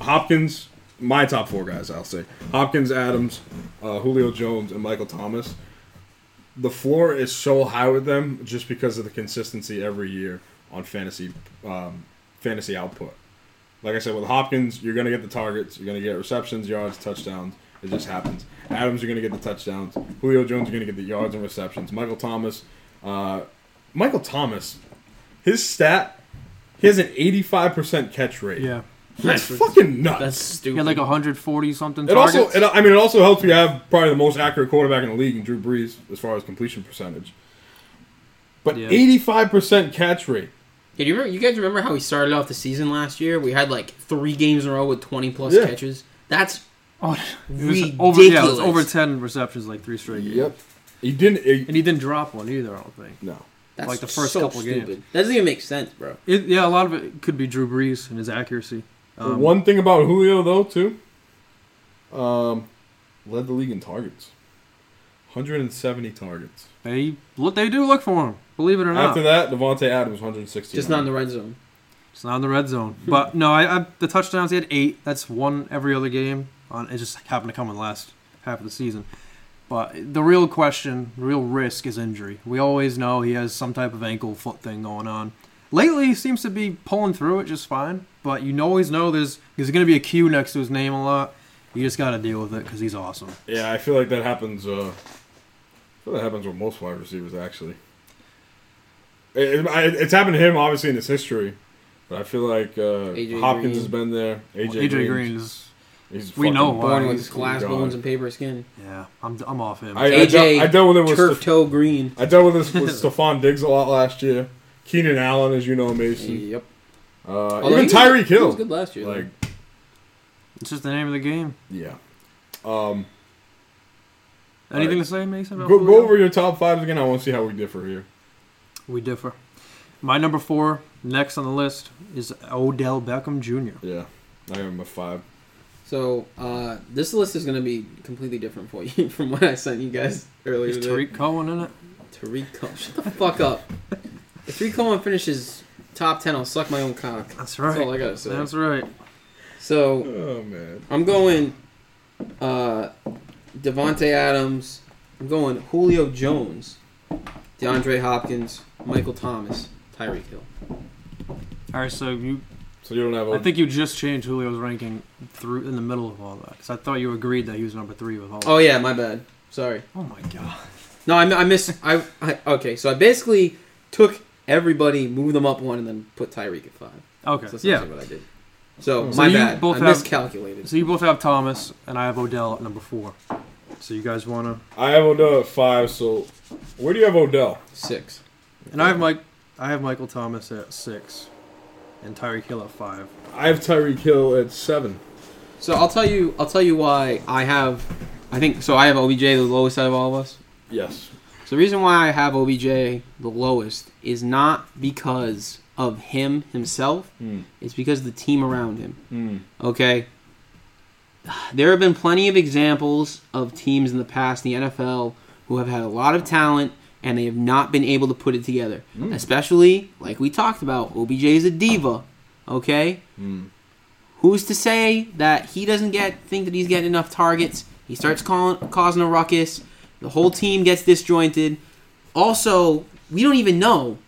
Hopkins, my top four guys, I'll say Hopkins, Adams, uh, Julio Jones, and Michael Thomas. The floor is so high with them just because of the consistency every year on fantasy um, fantasy output. Like I said, with Hopkins, you're gonna get the targets, you're gonna get receptions, yards, touchdowns. It just happens. Adams, you're gonna get the touchdowns. Julio Jones, you're gonna get the yards and receptions. Michael Thomas, uh, Michael Thomas, his stat, he has an 85% catch rate. yeah, that's, fucking nuts. That's he stupid. had like 140 something It targets. also, it, I mean, it also helps you have probably the most accurate quarterback in the league in Drew Brees as far as completion percentage. But Yeah. eighty-five percent catch rate. Yeah, do you, remember, you guys remember how we started off the season last year? We had like three games in a row with 20 plus Yeah. catches. That's Oh, it was over, yeah, it was Ridiculous. over 10 receptions, like three straight games. he didn't. He, And he didn't drop one either, I don't think. no, that's Like the first so couple games. stupid. That doesn't even make sense, bro. It, yeah, a lot of it could be Drew Brees and his accuracy. Um, One thing about Julio though, too, um, led the league in targets, hundred and seventy targets. They look, they do look for him. Believe it or not, After that, Devonte Adams, one hundred sixty. Just not in the red zone. it's not in the red zone. But no, I, I the touchdowns he had eight. That's one every other game. On it just happened to come in the last half of the season. But the real question, the real risk is injury. We always know he has some type of ankle foot thing going on. Lately, he seems to be pulling through it just fine. But you always know there's there's going to be a Q next to his name a lot. You just got to deal with it because he's awesome. Yeah, I feel like that happens. Uh, I feel that happens with most wide receivers, actually. It, it- I- it's happened to him, obviously, in his history. But I feel like uh, AJ Hopkins Green. has been there. AJ, AJ Green's- Green is he's we know fucking- why. Born Wow, with he's glass gone. bones and paper skin. yeah. I'm I'm off him. I, I, AJ dealt, I dealt with it with Turf Steph- toe green. I dealt with this [laughs] with Stephon Diggs a lot last year. Keenan Allen, as you know, Mason. Yep. Uh, Although even Oh, he was- Tyreek He was Hill. good last year. though. Like, it's just the name of the game. yeah. Um, Anything to say, Mason? go, about go Julio? over your top fives again. I want to see how we differ here. We differ. My number four, next on the list, is Odell Beckham Jr. Yeah. I give him a five. so uh, this list is going to be completely different for you [laughs] from what I sent you guys earlier. Is today. Tariq Cohen in it? Tariq Cohen. Shut the fuck up. If Tariq Cohen finishes top 10, I'll suck my own cock. That's That's all right. I got to say. That's right. So Oh, man. I'm going uh, Devonte Adams. I'm going Julio Jones, DeAndre Hopkins, Michael Thomas, Tyreek Hill. All right, so you, So you don't have. I think you just changed Julio's ranking through in the middle of all that because I thought you agreed that he was number three with all. Oh yeah, my bad. Sorry. Oh my god. No, I, I missed. I, I okay. So I basically took everybody, moved them up one, and then put Tyreek at five. Okay. That's essentially yeah. what I did. So, So my you bad. both I have- miscalculated. So you both have Thomas, and I have Odell at number four. So you guys wanna? I have Odell at five. So, where do you have Odell? Six. And I have Mike. I have Michael Thomas at six, and Tyreek Hill at five. I have Tyreek Hill at seven. So I'll tell you. I'll tell you why I have. I think so. I have OBJ the lowest out of all of us. Yes. So the reason why I have OBJ the lowest is not because of him himself. Mm. It's because of the team around him. Mm. Okay. There have been plenty of examples of teams in the past, in the NFL, who have had a lot of talent and they have not been able to put it together. Especially, like we talked about, OBJ is a diva. Okay? Hmm. Who's to say that he doesn't get think that he's getting enough targets? He starts calling, causing a ruckus. The whole team gets disjointed. Also, we don't even know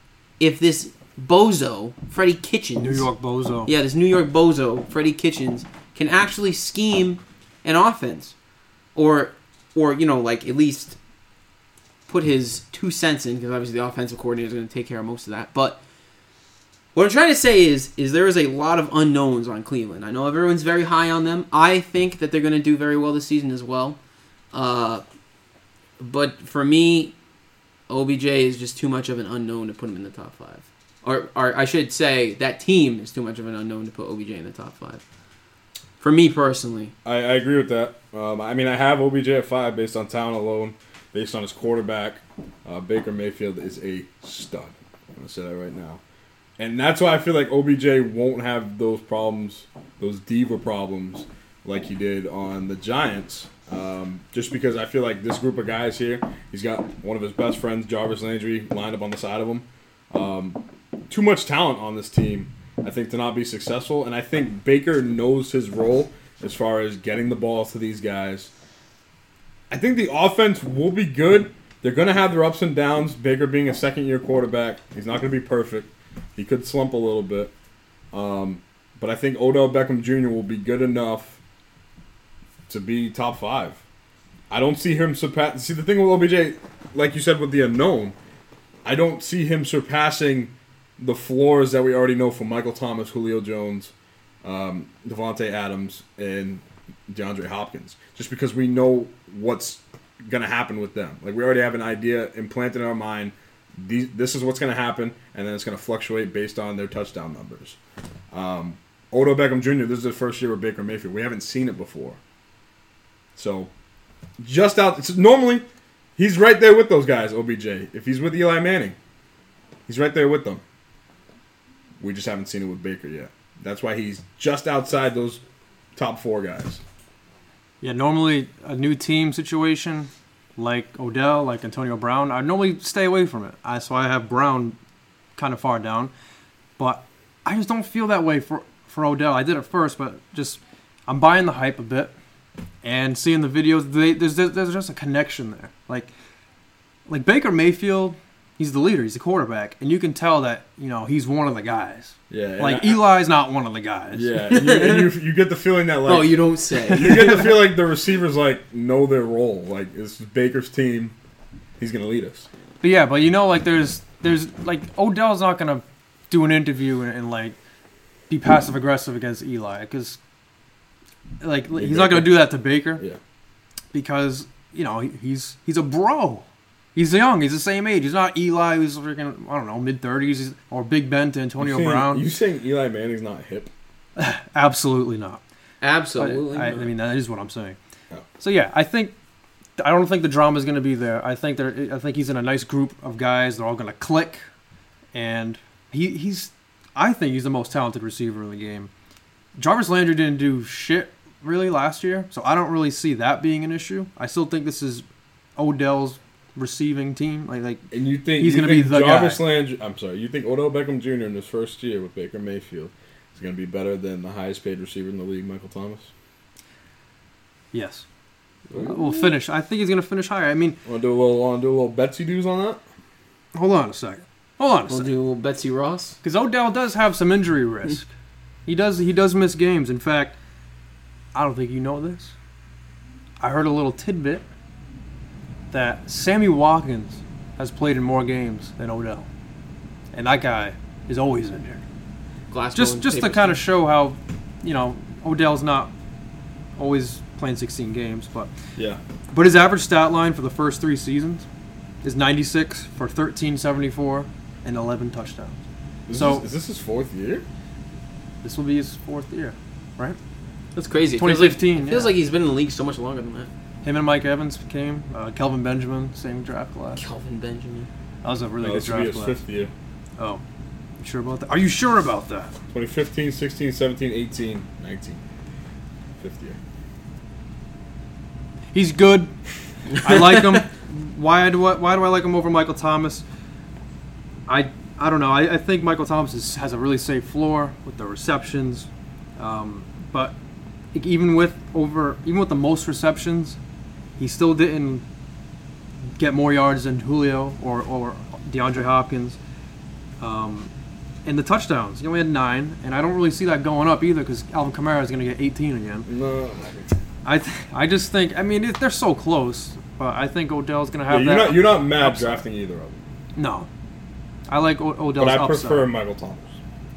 if this bozo, Freddie Kitchens, New York Bozo. yeah, this New York bozo, Freddie Kitchens, can actually scheme an offense, or, or you know, like at least put his two cents in because obviously the offensive coordinator is going to take care of most of that. But what I'm trying to say is, is there is a lot of unknowns on Cleveland. I know everyone's very high on them. I think that they're going to do very well this season as well. Uh, but for me, OBJ is just too much of an unknown to put him in the top five. Or, or I should say, that team is too much of an unknown to put OBJ in the top five. For me personally, I, I agree with that. Um, I mean, I have OBJ at five based on talent alone, based on his quarterback. Uh, Baker Mayfield is a stud. I'm gonna say that right now. And that's why I feel like OBJ won't have those problems, those diva problems, like he did on the Giants. Um, just because I feel like this group of guys here, he's got one of his best friends, Jarvis Landry, lined up on the side of him. Um, too much talent on this team, I think, to not be successful. And I think Baker knows his role as far as getting the ball to these guys. I think the offense will be good. They're going to have their ups and downs. Baker being a second year quarterback, he's not going to be perfect. He could slump a little bit. Um, but I think Odell Beckham Jr. will be good enough to be top five. I don't see him surpass. See, the thing with OBJ, like you said with the unknown, I don't see him surpassing the floors that we already know from Michael Thomas, Julio Jones, um, Devontae Adams, and DeAndre Hopkins, just because we know what's going to happen with them. Like we already have an idea implanted in our mind. These, this is what's going to happen, and then it's going to fluctuate based on their touchdown numbers. Um, Odo Beckham Jr. This is the first year with Baker Mayfield. We haven't seen it before, so just out. It's, normally, he's right there with those guys. OBJ. If he's with Eli Manning, he's right there with them. We just haven't seen it with Baker yet. That's why he's just outside those top four guys. Yeah, normally a new team situation like Odell, like Antonio Brown, I normally stay away from it. I, so I have Brown kind of far down, but I just don't feel that way for for Odell. I did at first, but just I'm buying the hype a bit and seeing the videos. They, there's there's just a connection there. Like like Baker Mayfield, he's the leader, he's the quarterback, and you can tell that you know he's one of the guys. Yeah, and Like I- Eli's not one of the guys. Yeah, and you, and you, you get the feeling that like oh, you don't [laughs] say. you get the feel like the receivers like know their role. Like it's Baker's team. He's gonna lead us. But yeah, but you know, like there's there's like Odell's not gonna do an interview and, and like be passive aggressive against Eli because like he's not gonna do that to Baker Yeah, because you know he, he's he's a bro. He's young. He's the same age. He's not Eli, who's freaking I don't know mid thirties or Big Ben to Antonio saying, Brown. You saying Eli Manning's not hip? Absolutely not. But Absolutely. Oh, I, I not. mean, that is what I'm saying. Yeah. So yeah, I think I don't think the drama is going to be there. I think there. I think he's in a nice group of guys. They're all going to click, and he, he's. I think he's the most talented receiver in the game. Jarvis Landry didn't do shit really last year, so I don't really see that being an issue. I still think this is Odell's receiving team. Like, like And you think He's you gonna be think the Jarvis guy. Landry? I'm sorry. You think Odell Beckham Jr. in his first year with Baker Mayfield is gonna be better than the highest paid receiver in the league, Michael Thomas? yes, we'll finish. I think he's going to finish higher. I mean, Want to do a little? Want to do a little Betsy doos on that? hold on a second. Hold on a We'll second. do a little Betsy Ross. because Odell does have some injury risk. He does he does miss games. In fact, I don't think you know this. I heard a little tidbit that Sammy Watkins has played in more games than Odell, and that guy is always injured. Glass Just just to kind of show how you know Odell's not always playing 16 games, but Yeah. but his average stat line for the first three seasons is 96 for 1374 and 11 touchdowns. Is So- this, is this his fourth year? This will be his fourth year, right? That's crazy. It feels like- 2015. It feels yeah. like he's been in the league so much longer than that. him and Mike Evans came. Uh, Kelvin Benjamin, same draft class. Kelvin Benjamin. That was a No, really good Oh, this will be draft his class. fifth year. Oh, you sure about that? Are you sure about that? 2015, 16, 17, 18, 19. Fifth year. He's good. I like him. [laughs] Why do I, why do I like him over Michael Thomas? I I don't know. I, I think Michael Thomas is, has a really safe floor with the receptions, um, but like, even with over even with the most receptions, he still didn't get more yards than Julio or or DeAndre Hopkins. Um, and the touchdowns, he only had nine, and I don't really see that going up either because Alvin Kamara is going to get 18 again. No. I th- I just think I mean it, they're so close, but I think Odell's gonna Yeah, have you're that. not you're not mad drafting either of them. no, I like o- Odell's But I upside. prefer Michael Thomas.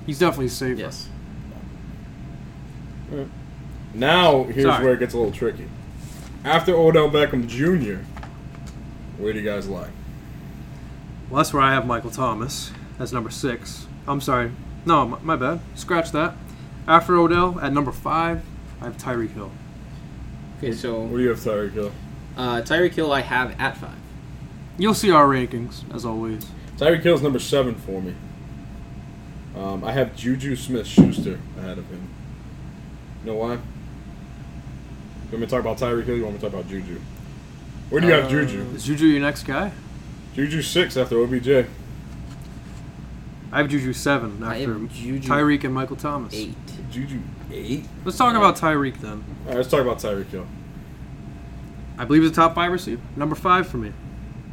He's definitely safer. Yes. Now here's Sorry. where it gets a little tricky. After Odell Beckham Jr., where do you guys lie? Well, that's where I have Michael Thomas. That's number six. I'm sorry. No, my, my bad. Scratch that. After Odell at number five, I have Tyreek Hill. Okay, so Where do you have Tyreek Hill? uh, Tyreek Hill I have at five. You'll see our rankings as always. Tyreek Hill's number seven for me. Um, I have Juju Smith Schuster ahead of him. You know why? You want me to talk about Tyreek Hill? You want me to talk about Juju? Where do you have Juju? Is Juju your next guy? Juju six after OBJ. I have Juju seven I after have Juju Tyreek and Michael Thomas. eight. Juju eight. Let's talk about Tyreek then. All right, let's talk about Tyreek Hill. I believe he's a top five receiver. Number five for me.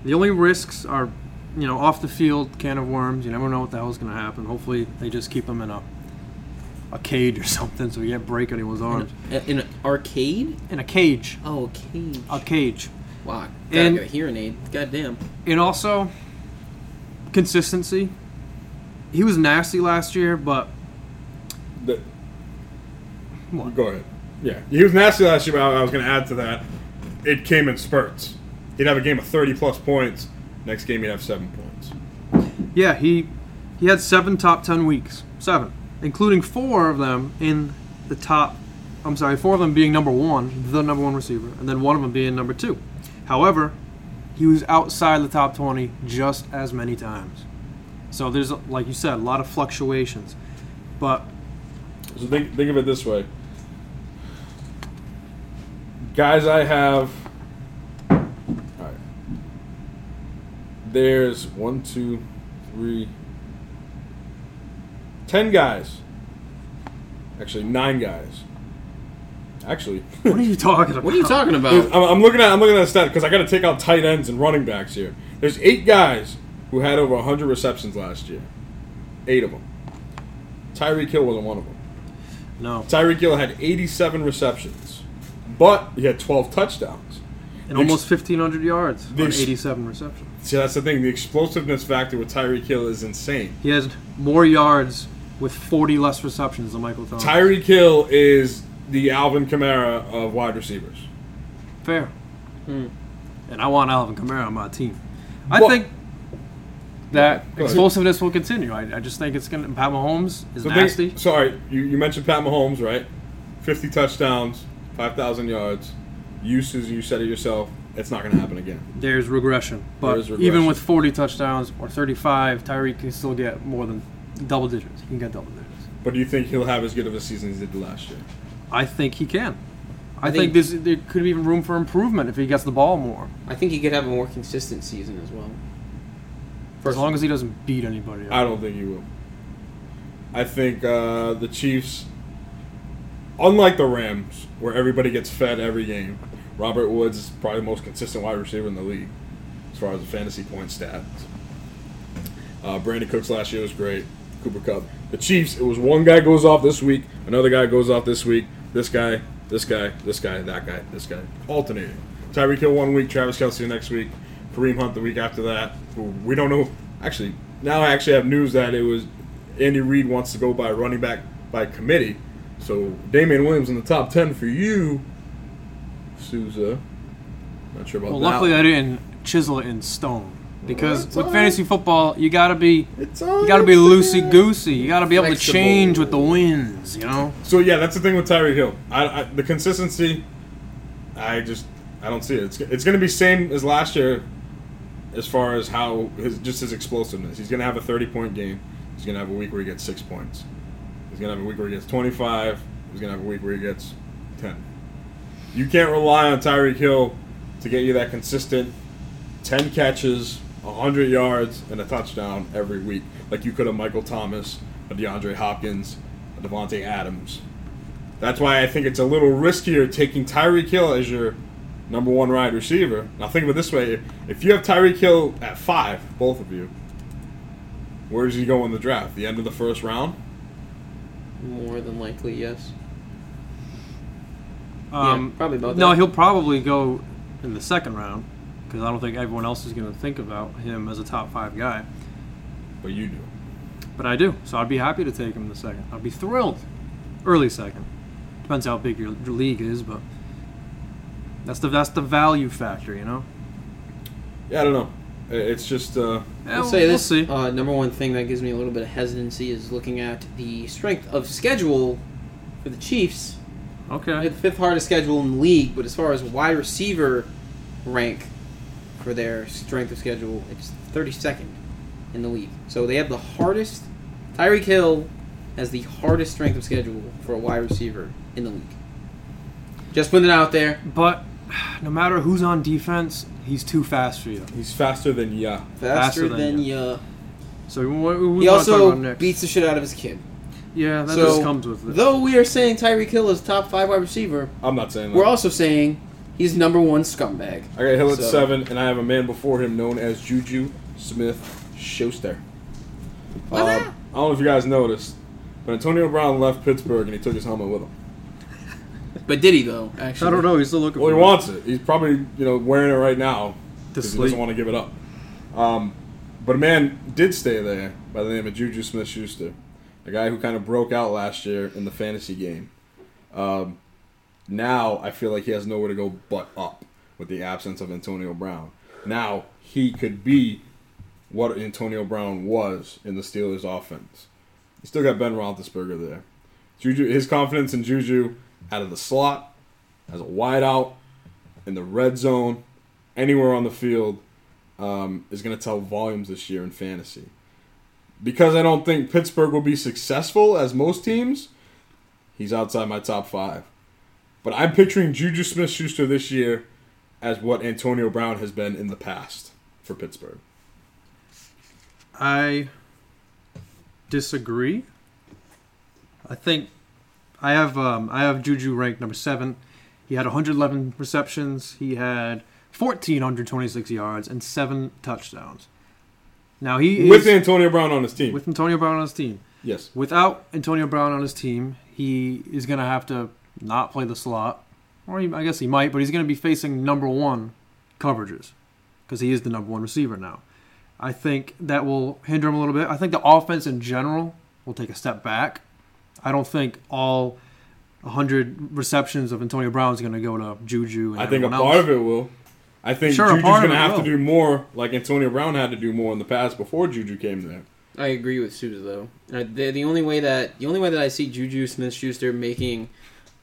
The only risks are, you know, off the field can of worms. You never know what the hell's going to happen. Hopefully they just keep him in a a cage or [laughs] something so he can't break anyone's arms. In, in an arcade? In a cage. Oh, a cage. A cage. Wow. Uh, And- And got a hearing aid. Goddamn. And also, consistency. He was nasty last year, but The- What? Go ahead. Yeah, he was nasty last year. But I I was going to add to that. It came in spurts. He'd have a game of thirty plus points. Next game, he'd have seven points. yeah, he he had seven top ten weeks. Seven. Including four of them in the top I'm sorry, four of them being number one, the number one receiver, and then one of them being number two. However, he was outside the top twenty just as many times. So there's like you said, a lot of fluctuations. But So think think of it this way. Guys, I have. All right. There's one, two, three, ten guys. Actually, nine guys. Actually, [laughs] what are you talking about? What are you talking [laughs] There's- about? I'm, I'm looking at I'm looking at the stat because I got to take out tight ends and running backs here. There's eight guys who had over 100 receptions last year. Eight of them. Tyreek Hill wasn't one of them. No. Tyreek Hill had 87 receptions, but he had 12 touchdowns. And almost fifteen hundred yards on There's- eighty seven receptions. See, that's the thing. The explosiveness factor with Tyreek Hill is insane. He has more yards with 40 less receptions than Michael Thomas. Tyreek Hill is the Alvin Kamara of wide receivers. Fair. And I want Alvin Kamara on my team. I Well- think Go that ahead. explosiveness will continue. I, I just think it's going to. Pat Mahomes is So nasty. Think, sorry, you, you mentioned Pat Mahomes, right? 50 touchdowns, 5,000 yards. Uses, you said it yourself. It's not going to happen again. There's regression. But is even regression. with 40 touchdowns or 35, Tyreek can still get more than double digits. He can get double digits. But do you think he'll have as good of a season as he did last year? I think he can. I, I think- think, there's there could be even room for improvement if he gets the ball more. I think he could have a more consistent season as well. as long as he doesn't beat anybody. I don't think he will. I think uh, the Chiefs, unlike the Rams, where everybody gets fed every game, Robert Woods is probably the most consistent wide receiver in the league as far as the fantasy point stats. Uh, Brandon Cooks last year was great. Cooper Cup. The Chiefs, it was one guy goes off this week, another guy goes off this week, this guy, this guy, this guy, that guy, this guy. Alternating. Tyreek Hill one week, Travis Kelsey the next week, Kareem Hunt the week after that. who We don't know. Actually, now I actually have news that it was Andy Reid wants to go by running back by committee. So Damian Williams in the top 10 for you, Souza. Not sure about Well, that. luckily I didn't chisel it in stone because That's with all fantasy football, you gotta be It's you gotta be on loosey Instagram. goosey. You gotta be able to Flexible. change with the winds. You know, So yeah, that's the thing with Tyreek Hill. I, I the consistency, I just I don't see it. It's it's going to be same as last year, as far as how his just his explosiveness. He's going to have a thirty point game. He's going to have a week where he gets six points. He's going to have a week where he gets twenty five. He's going to have a week where he gets ten. You can't rely on Tyreek Hill to get you that consistent ten catches, hundred yards, and a touchdown every week, like you could have Michael Thomas, a DeAndre Hopkins, a Devontae Adams. That's why I think it's a little riskier taking Tyreek Hill as your number one wide receiver. Now think of it this way: if you have Tyreek Hill at five, both of you, where does he go in the draft? The end of the first round? More than likely, yes. um, Yeah, probably about No, that. he'll probably go in the second round because I don't think everyone else is gonna think about him as a top five guy. But you do. But I do, so I'd be happy to take him in the second. I'd be thrilled. Early second, depends how big your, your league is, but that's the that's the value factor. You know, Yeah, I don't know. I- It's just uh, Eh, I'll say we'll this: see. Uh, number one thing that gives me a little bit of hesitancy is looking at the strength of schedule for the Chiefs. They okay. had the fifth hardest schedule in the league, but as far as wide receiver rank for their strength of schedule, it's 32nd. in the league. So they have the hardest. Tyreek Hill has the hardest strength of schedule for a wide receiver in the league. Just putting it out there. But no matter who's on defense, he's too fast for you. He's faster than yeah. Faster, Faster than than you. you. So we, we, we He wanna talk also about next. beats the shit out of his kid. Yeah, that So, just comes with it. Though we are saying Tyreek Hill is top five wide receiver, I'm not saying that. we're also saying he's number one scumbag. I got Hill at So- seven, and I have a man before him known as Juju Smith Schuster. Oh, Um, I Uh, don't know if you guys noticed, but Antonio Brown left Pittsburgh and he took his helmet with him. But did he though? Actually, I don't know. He's still looking Well, he for wants it. He's probably you know wearing it right now To because he sleep. doesn't want to give it up. Um, but a man did stay there by the name of Juju Smith Schuster, a guy who kind of broke out last year in the fantasy game. Um, now I feel like he has nowhere to go but up with the absence of Antonio Brown. Now he could be what Antonio Brown was in the Steelers' offense. You still got Ben Roethlisberger there. Juju, his confidence in Juju out of the slot, as a wideout, in the red zone, anywhere on the field, um, is going to tell volumes this year in fantasy. Because I don't think Pittsburgh will be successful as most teams, he's outside my top five. But I'm picturing Juju Smith Schuster this year as what Antonio Brown has been in the past for Pittsburgh. I disagree. I think I have um, I have Juju ranked number seven. He had 111 receptions. He had 1426 yards and seven touchdowns. Now he With is Antonio Brown on his team. with Antonio Brown on his team. yes. Without Antonio Brown on his team, he is going to have to not play the slot, or he, I guess he might, but he's going to be facing number one coverages because he is the number one receiver now. I think that will hinder him a little bit. I think the offense in general will take a step back. I don't think all 100 receptions of Antonio Brown is going to go to Juju. And I think a everyone part else. of it will. I think Sure, a Juju's part going to of it have to do will. more like Antonio Brown had to do more in the past before Juju came there. I agree with Sousa though. Uh, The, the only way that the only way that I see Juju Smith Schuster making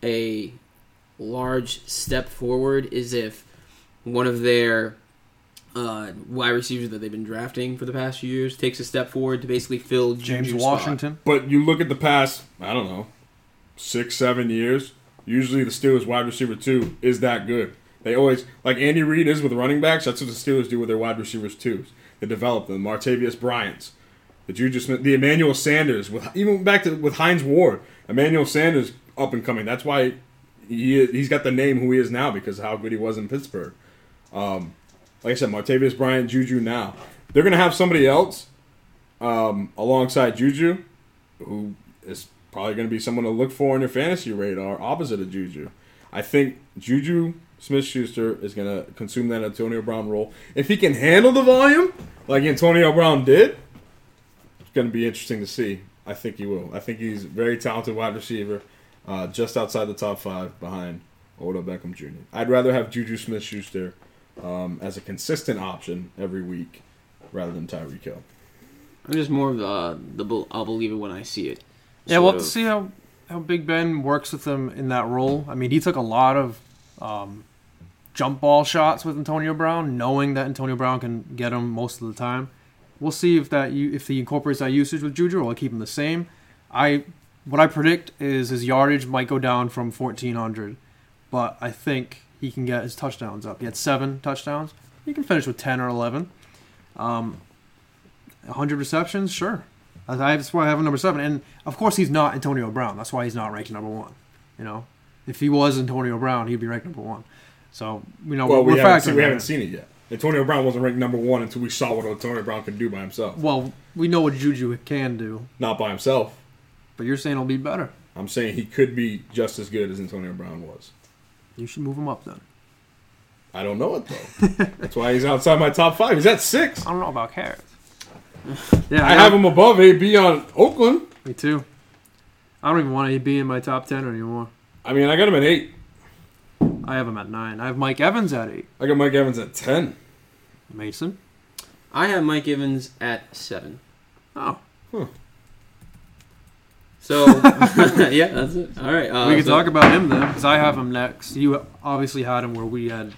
a large step forward is if one of their uh, wide receivers that they've been drafting for the past few years takes a step forward to basically fill James Juju's Washington. But you look at the past, I don't know, six, seven years. Usually the Steelers wide receiver two is that good. They always like Andy Reid is with running backs. That's what the Steelers do with their wide receivers twos. They develop them. Martavius Bryant's, the Juju Smith, the Emmanuel Sanders. With even back to with Heinz Ward, Emmanuel Sanders up and coming. That's why he he's got the name who he is now because of how good he was in Pittsburgh. Um, like I said, Martavius Bryant, Juju. Now they're gonna have somebody else um, alongside Juju who is probably going to be someone to look for on your fantasy radar, opposite of Juju. I think Juju Smith Schuster is going to consume that Antonio Brown role. If he can handle the volume like Antonio Brown did, it's going to be interesting to see. I think he will. I think he's a very talented wide receiver, uh, just outside the top five behind Odo Beckham Jr. I'd rather have Juju Smith Schuster um, as a consistent option every week rather than Tyreek Hill. I'm just more of the, the bel- I'll believe it when I see it. Yeah, we'll sort have to of. see how, how Big Ben works with him in that role. I mean, he took a lot of um, jump ball shots with Antonio Brown, knowing that Antonio Brown can get him most of the time. We'll see if that u- if he incorporates that usage with Juju or keep him the same. I what I predict is his yardage might go down from fourteen hundred, but I think he can get his touchdowns up. He had seven touchdowns. He can finish with ten or eleven. Um, hundred receptions, sure. That's I- that's why I have him number seven. And of course, he's not Antonio Brown. That's why he's not ranked number one. You know, if he was Antonio Brown, he'd be ranked number one. So you know, Well, we're we haven't, seen, we factoring that haven't in. seen it yet. Antonio Brown wasn't ranked number one until we saw what Antonio Brown could do by himself. Well, we know what Juju can do, Not by himself. but you're saying he'll be better. I'm saying he could be just as good as Antonio Brown was. You should move him up then. I don't know it though. [laughs] That's why he's outside my top five. He's at six. I don't know about carrots. yeah, I have him above AB on Oakland. Me too. I don't even want to be in my top ten anymore. I mean, I got him at eight. I have him at nine. I have Mike Evans at eight. I got Mike Evans at ten. Mason. I have Mike Evans at seven. Oh, [laughs] So [laughs] yeah, that's it. All right, uh, we can so- talk about him then, because I have him next. You obviously had him where we had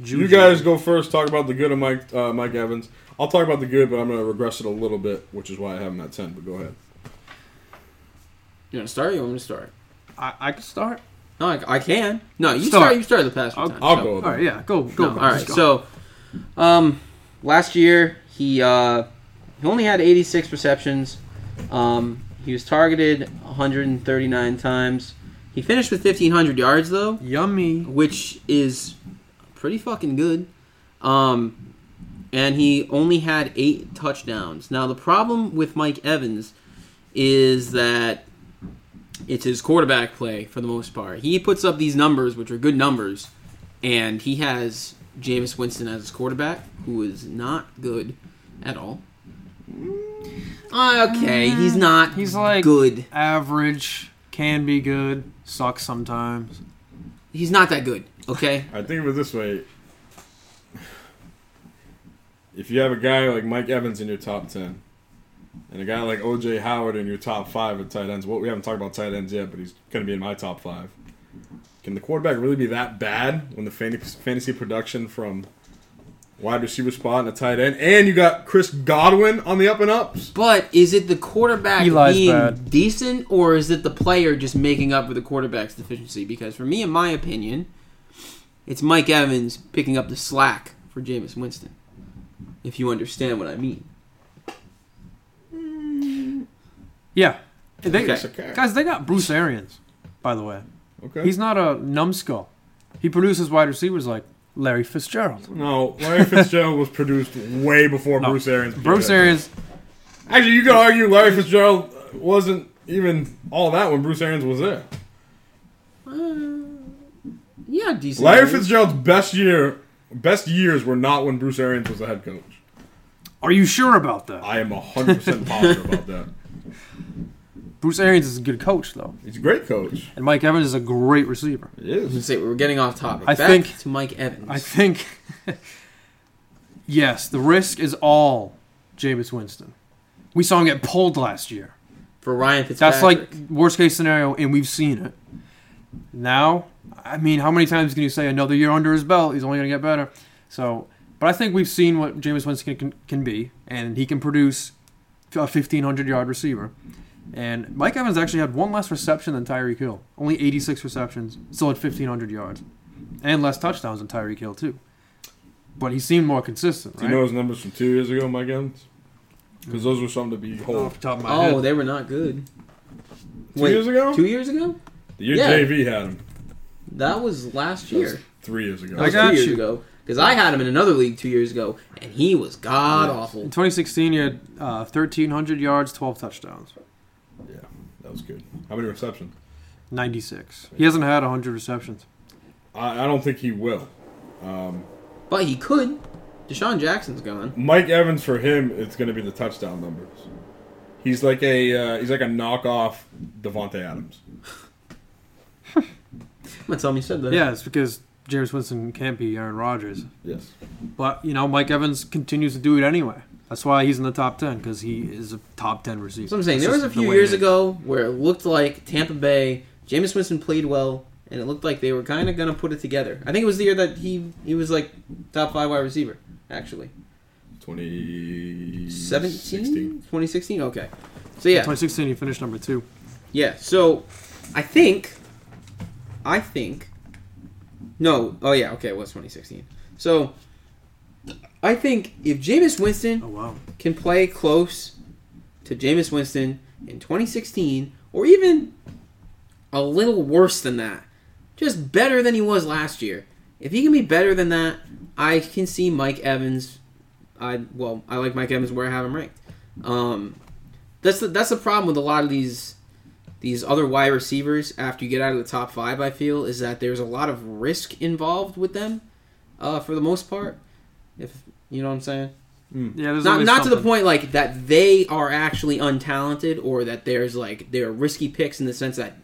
Juju. You guys go first. Talk about the good of Mike uh, Mike Evans. I'll talk about the good, but I'm going to regress it a little bit, which is why I have him at ten. But go ahead. You want to start? Or you want me to start? I, I can start. No, I, I can. No, you Start. start. You started the past. few I'll- times, I'll so- go. All With right, him. yeah, go go. No, go all right. just go. So, um, last year he uh, he only had 86 receptions. Um, he was targeted 139 times. He finished with 1500 yards though, yummy. which is pretty fucking good. Um, and he only had eight touchdowns. Now the problem with Mike Evans is that it's his quarterback play for the most part. He puts up these numbers, which are good numbers, and he has Jameis Winston as his quarterback, who is not good at all. Okay, he's not. Mm, He's like good. Mm-hmm. average, can be good, sucks sometimes. He's not that good. Okay, I think of it this way: if you have a guy like Mike Evans in your top ten, and a guy like OJ Howard in your top five at tight ends, what we haven't talked about tight ends yet, but he's going to be in my top five. Can the quarterback really be that bad when the fan- fantasy production from wide receiver spot and a tight end, and you got Chris Godwin on the up and ups? but is it the quarterback Eli's being bad. decent, or is it the player just making up for the quarterback's deficiency? Because for me, in my opinion, it's Mike Evans picking up the slack for Jameis Winston. If you understand what I mean. Yeah. They, Okay. Guys, they got Bruce Arians, by the way. Okay. He's not a numbskull. He produces wide receivers like Larry Fitzgerald. no, Larry Fitzgerald was produced way before No. Bruce Arians. Bruce did. Arians, Actually, you could argue Larry Fitzgerald wasn't even all that when Bruce Arians was there. Yeah, decent. Larry Fitzgerald's best year, best years were not when Bruce Arians was the head coach. are you sure about that? I am hundred percent positive about that. Bruce Arians is a good coach, though. He's a great coach. And Mike Evans is a great receiver. He is. Say we're getting off topic. I Back think- to Mike Evans. I think, [laughs] yes, the risk is all Jameis Winston. We saw him get pulled last year. for Ryan That's Fitzpatrick. like worst case scenario, and we've seen it. Now, I mean, how many times can you say another year under his belt? He's only going to get better. So, but I think we've seen what Jameis Winston can, can be, and he can produce a fifteen hundred yard receiver. And Mike Evans actually had one less reception than Tyreek Hill, only eighty six receptions, still at fifteen hundred yards, and less touchdowns than Tyreek Hill too. But he seemed more consistent, Do right? you know his numbers from two years ago, Mike Evans? Because those were something to be Off hold. the top of my oh, head. they were not good. Two years ago, Two years ago? the year Yeah. JV had him. That was last year. Three years ago. That was got two years you. ago. Because I had him in another league two years ago, and he was god In awful. 2016, he had uh, 1,300 yards, 12 touchdowns. yeah, that was good. How many receptions? 96. He hasn't had 100 receptions. I, I don't think he will. But he could. Deshaun Jackson's gone. Mike Evans for him, it's going to be the touchdown numbers. He's like a uh, he's like a knockoff Devonte Adams. I'm gonna tell him you said that. Yeah, it's because James Winston can't be Aaron Rodgers. Yes. But, you know, Mike Evans continues to do it anyway. That's why he's in the top 10, because he is a top 10 receiver. So I'm saying That's there was a just the few way years it is. ago where it looked like Tampa Bay, Jameis Winston played well, and it looked like they were kind of gonna put it together. I think it was the year that he he was like top five wide receiver, actually. 17? 2016. 2016? Okay. So yeah, 2016, he finished number two. Yeah, so I think I think No, oh yeah, okay, it was 2016. So I think if Jameis Oh, Winston wow. can play close to Jameis Winston in 2016 or even a little worse than that, just better than he was last year. If he can be better than that, I can see Mike Evans I well, I like Mike Evans where I have him ranked. Um, that's the that's the problem with a lot of these these other wide receivers. After you get out of the top five, I feel is that there's a lot of risk involved with them, uh, for the most part. If you know what I'm saying, Yeah, there's not always not to the something. point like that they are actually untalented or that there's like they're risky picks in the sense that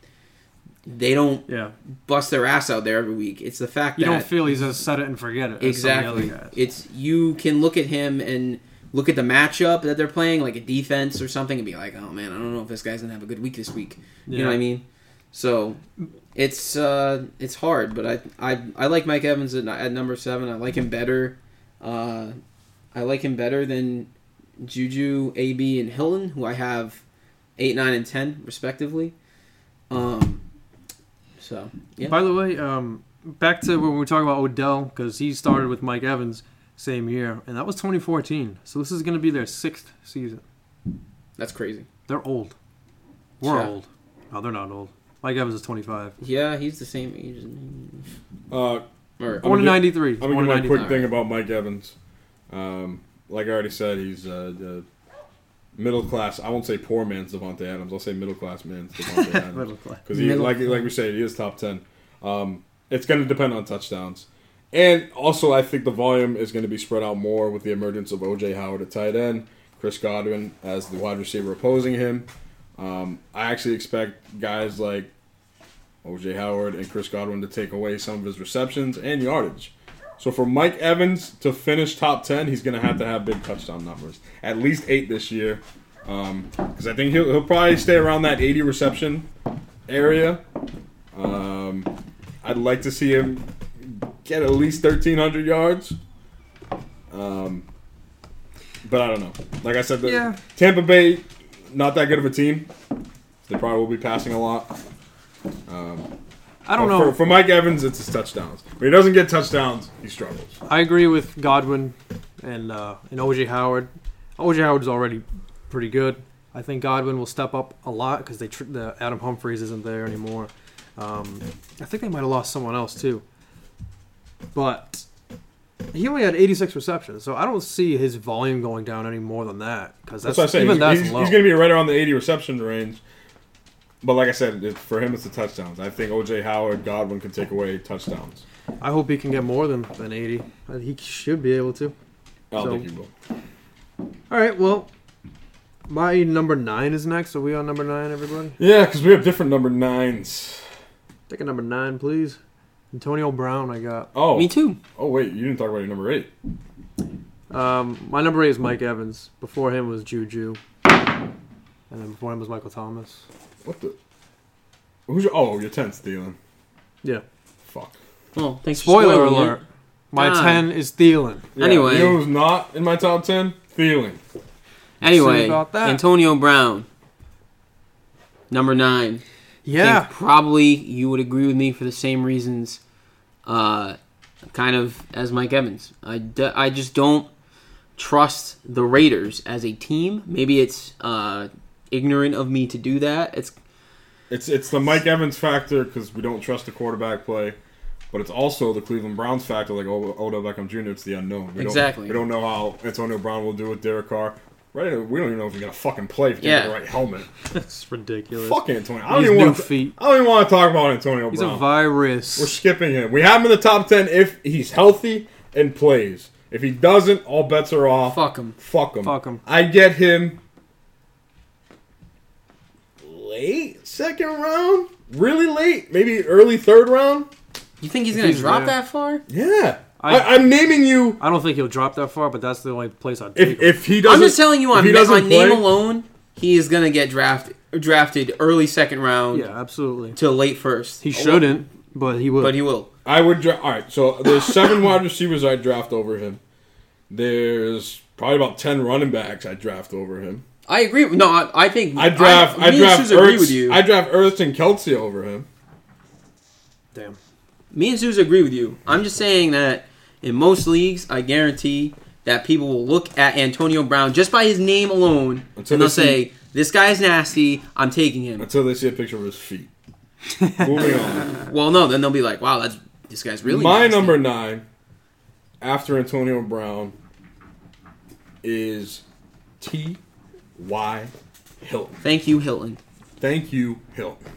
they don't Yeah. bust their ass out there every week. It's the fact You that don't feel he's a set it and forget it. as some of the other Exactly. guys. It's you can look at him and look at the matchup that they're playing, like a defense or something, and be like, "Oh man, I don't know if this guy's gonna have a good week this week." You Yeah. know what I mean? So It's uh, it's hard, but I I, I like Mike Evans at, at number seven. I like him better. Uh, I like him better than Juju, AB, and Hilton, who I have eight, nine, and ten respectively. Um, so yeah, By the way, um, back to when we were talking about Odell because he started with Mike Evans same year, and that was 2014. So this is going to be their sixth season. that's crazy. They're old. We're Yeah. old. No, they're not old. Mike Evans is 25. Yeah, he's the same age as me. Uh, Or, Born in give- 93. I'm gonna Born give in my quick 93. thing about Mike Evans. Um, like I already said, he's uh, the middle class. I won't say poor man's Devontae Adams. I'll say middle class man's [laughs] Devontae Adams Middle class. because he Middle- like like we said, he is top ten. Um, it's going to depend on touchdowns, and also I think the volume is going to be spread out more with the emergence of OJ Howard at tight end, Chris Godwin as the wide receiver opposing him. Um, I actually expect guys like OJ Howard and Chris Godwin to take away some of his receptions and yardage. So for Mike Evans to finish top ten, he's going to have to have big touchdown numbers, at least eight this year, because Um, I think he'll, he'll probably stay around that 80 reception area. Um, I'd like to see him get at least 1,300 yards. Um, but I don't know. Like I said, the, Yeah. Tampa Bay not that good of a team. They probably will be passing a lot. I But don't know. For, for Mike Evans, it's his touchdowns. When he doesn't get touchdowns, he struggles. I agree with Godwin and uh, and OJ Howard. OJ Howard's already pretty good. I think Godwin will step up a lot because they tr- the Adam Humphries isn't there anymore. Um, I think they might have lost someone else too. But he only had 86 receptions, so I don't see his volume going down any more than that because that's, That's what I say. even He's, that's he's, low. going to be right around the 80 reception range. But like I said, it, for him, it's the touchdowns. I think OJ Howard, Godwin can take away touchdowns. I hope he can get more than, than 80. Uh, He should be able to. I don't So- think he will. All right, well, my number nine is next. Are we on number nine, everybody? Yeah, because we have different number nines. Take a number nine, please. Antonio Brown, I got. Oh, me too. oh wait, you didn't talk about your number eight. Um, my number eight is Mike Evans. Before him was Juju, and then before him was Michael Thomas. What the? Who's your? Oh, your tenth, Thielen. Yeah. Fuck. Well, Oh, thanks. for Spoiler spoiling it. alert. My God. ten is Thielen. Yeah, Anyway. you know who's not in my top ten? Thielen. Anyway, See about that. Antonio Brown, number nine. I Yeah. think probably you would agree with me for the same reasons, uh, kind of as Mike Evans. I, d- I just don't trust the Raiders as a team. Maybe it's uh, ignorant of me to do that. It's It's it's the Mike Evans factor because we don't trust the quarterback play, but it's also the Cleveland Browns factor, like O- Odell Beckham Jr. It's the unknown. We Exactly. Don't, we don't know how Antonio Brown will do with Derek Carr. Right? We don't even know if he's gonna fucking play if he's yeah. Yeah. the right helmet. [laughs] That's ridiculous. Fuck Antonio. I don't These even new want. feet. I don't even want to talk about Antonio He's Brown. a We're virus. skipping him. We have him in the top ten if he's healthy and plays. If he doesn't, all bets are off. fuck him. Fuck him. Fuck him. I get him late second round, really late, maybe early third round. You think he's gonna he's drop there. that far? Yeah, I, I- I, am naming you I don't think he'll drop that far, but that's the only place I'd take if him. if he doesn't. I'm just telling you if on, he ma- doesn't on name play- alone, he is gonna get drafted drafted early second round yeah, absolutely. to late first. Oh, He shouldn't, but he will. but he will. I would draft. All right, so there's seven wide receivers I would draft over him. There's probably about ten running backs I would draft over him. I agree. with- No, I, I think I draft. I, me and draft. Suze agree Ertz- with you. I draft Ertz and Kelsey over him. Damn. Me and Zeus agree with you. I'm just saying that in most leagues, I guarantee that people will look at Antonio Brown just by his name alone Until and they'll they see- say, This guy's nasty, I'm taking him. Until they see a picture of his [laughs] feet. Moving on. Well no, then they'll be like, Wow, that's this guy's really My nasty." number nine, after Antonio Brown, is T. Y. Hilton. Thank you, Hilton. Thank you, Hilton.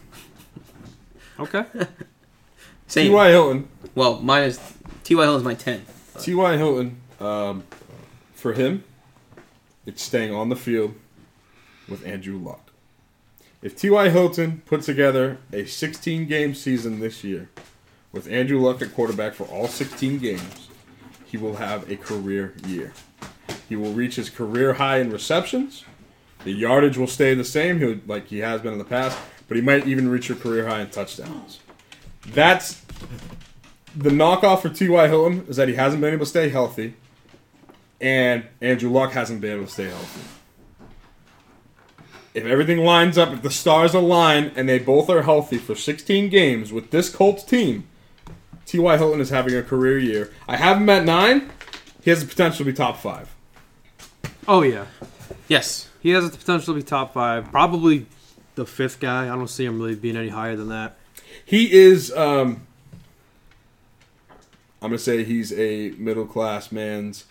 Okay. [laughs] Same. T. Y. Hilton. Well, mine is T Y Hilton's my ten. T. Y. Hilton. Um, for him, it's staying on the field with Andrew Luck. If T. Y. Hilton puts together a 16 game season this year, with Andrew Luck at quarterback for all 16 games, he will have a career year. He will reach his career high in receptions. The yardage will stay the same, he'll, like he has been in the past, but he might even reach a career high in touchdowns. That's the knockoff for T.Y. Hilton is that he hasn't been able to stay healthy, and Andrew Luck hasn't been able to stay healthy. If everything lines up, if the stars align, and they both are healthy for 16 games with this Colts team, T.Y. Hilton is having a career year. I have him at nine. He has the potential to be top five. Oh yeah, Yes. he has the potential to be top five, probably the fifth guy. I don't see him really being any higher than that. He is. Um, I'm gonna say he's a middle class man's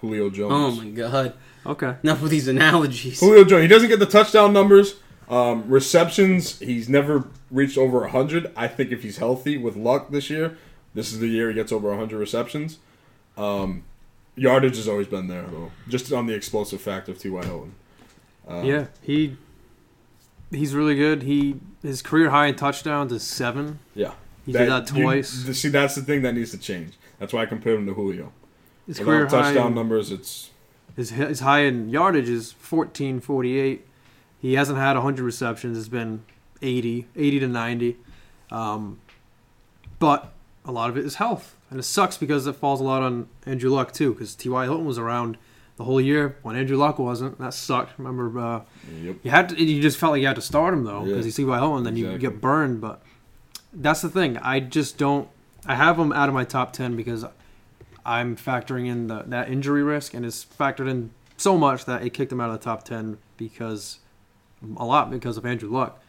Julio Jones. Oh my god. Okay. Enough with these analogies. Julio Jones. He doesn't get the touchdown numbers, um, receptions. He's never reached over hundred. I think if he's healthy with luck this year, this is the year he gets over hundred receptions. Um, yardage has always been there though, just on the explosive factor of T.Y. Hilton. Um, yeah, he he's really good. He his career high in touchdowns is seven. yeah. He did that you- twice. th- see, that's the thing that needs to change. That's why I compared him to Julio. His career Without high touchdown in, numbers, it's his, his high in yardage is fourteen forty eight. He hasn't had hundred receptions. It's been 80, 80 to ninety. Um, but a lot of it is health, and it sucks because it falls a lot on Andrew Luck too. Because T.Y. Hilton was around the whole year when Andrew Luck wasn't. That sucked. Remember. Uh, yep. You had to, you just felt like you had to start him though Yeah. because you see by Hilton, and then you Exactly. get burned. But that's the thing. I just don't. I have him out of my top ten because I'm factoring in the, that injury risk, and it's factored in so much that it kicked him out of the top ten because a lot because of Andrew Luck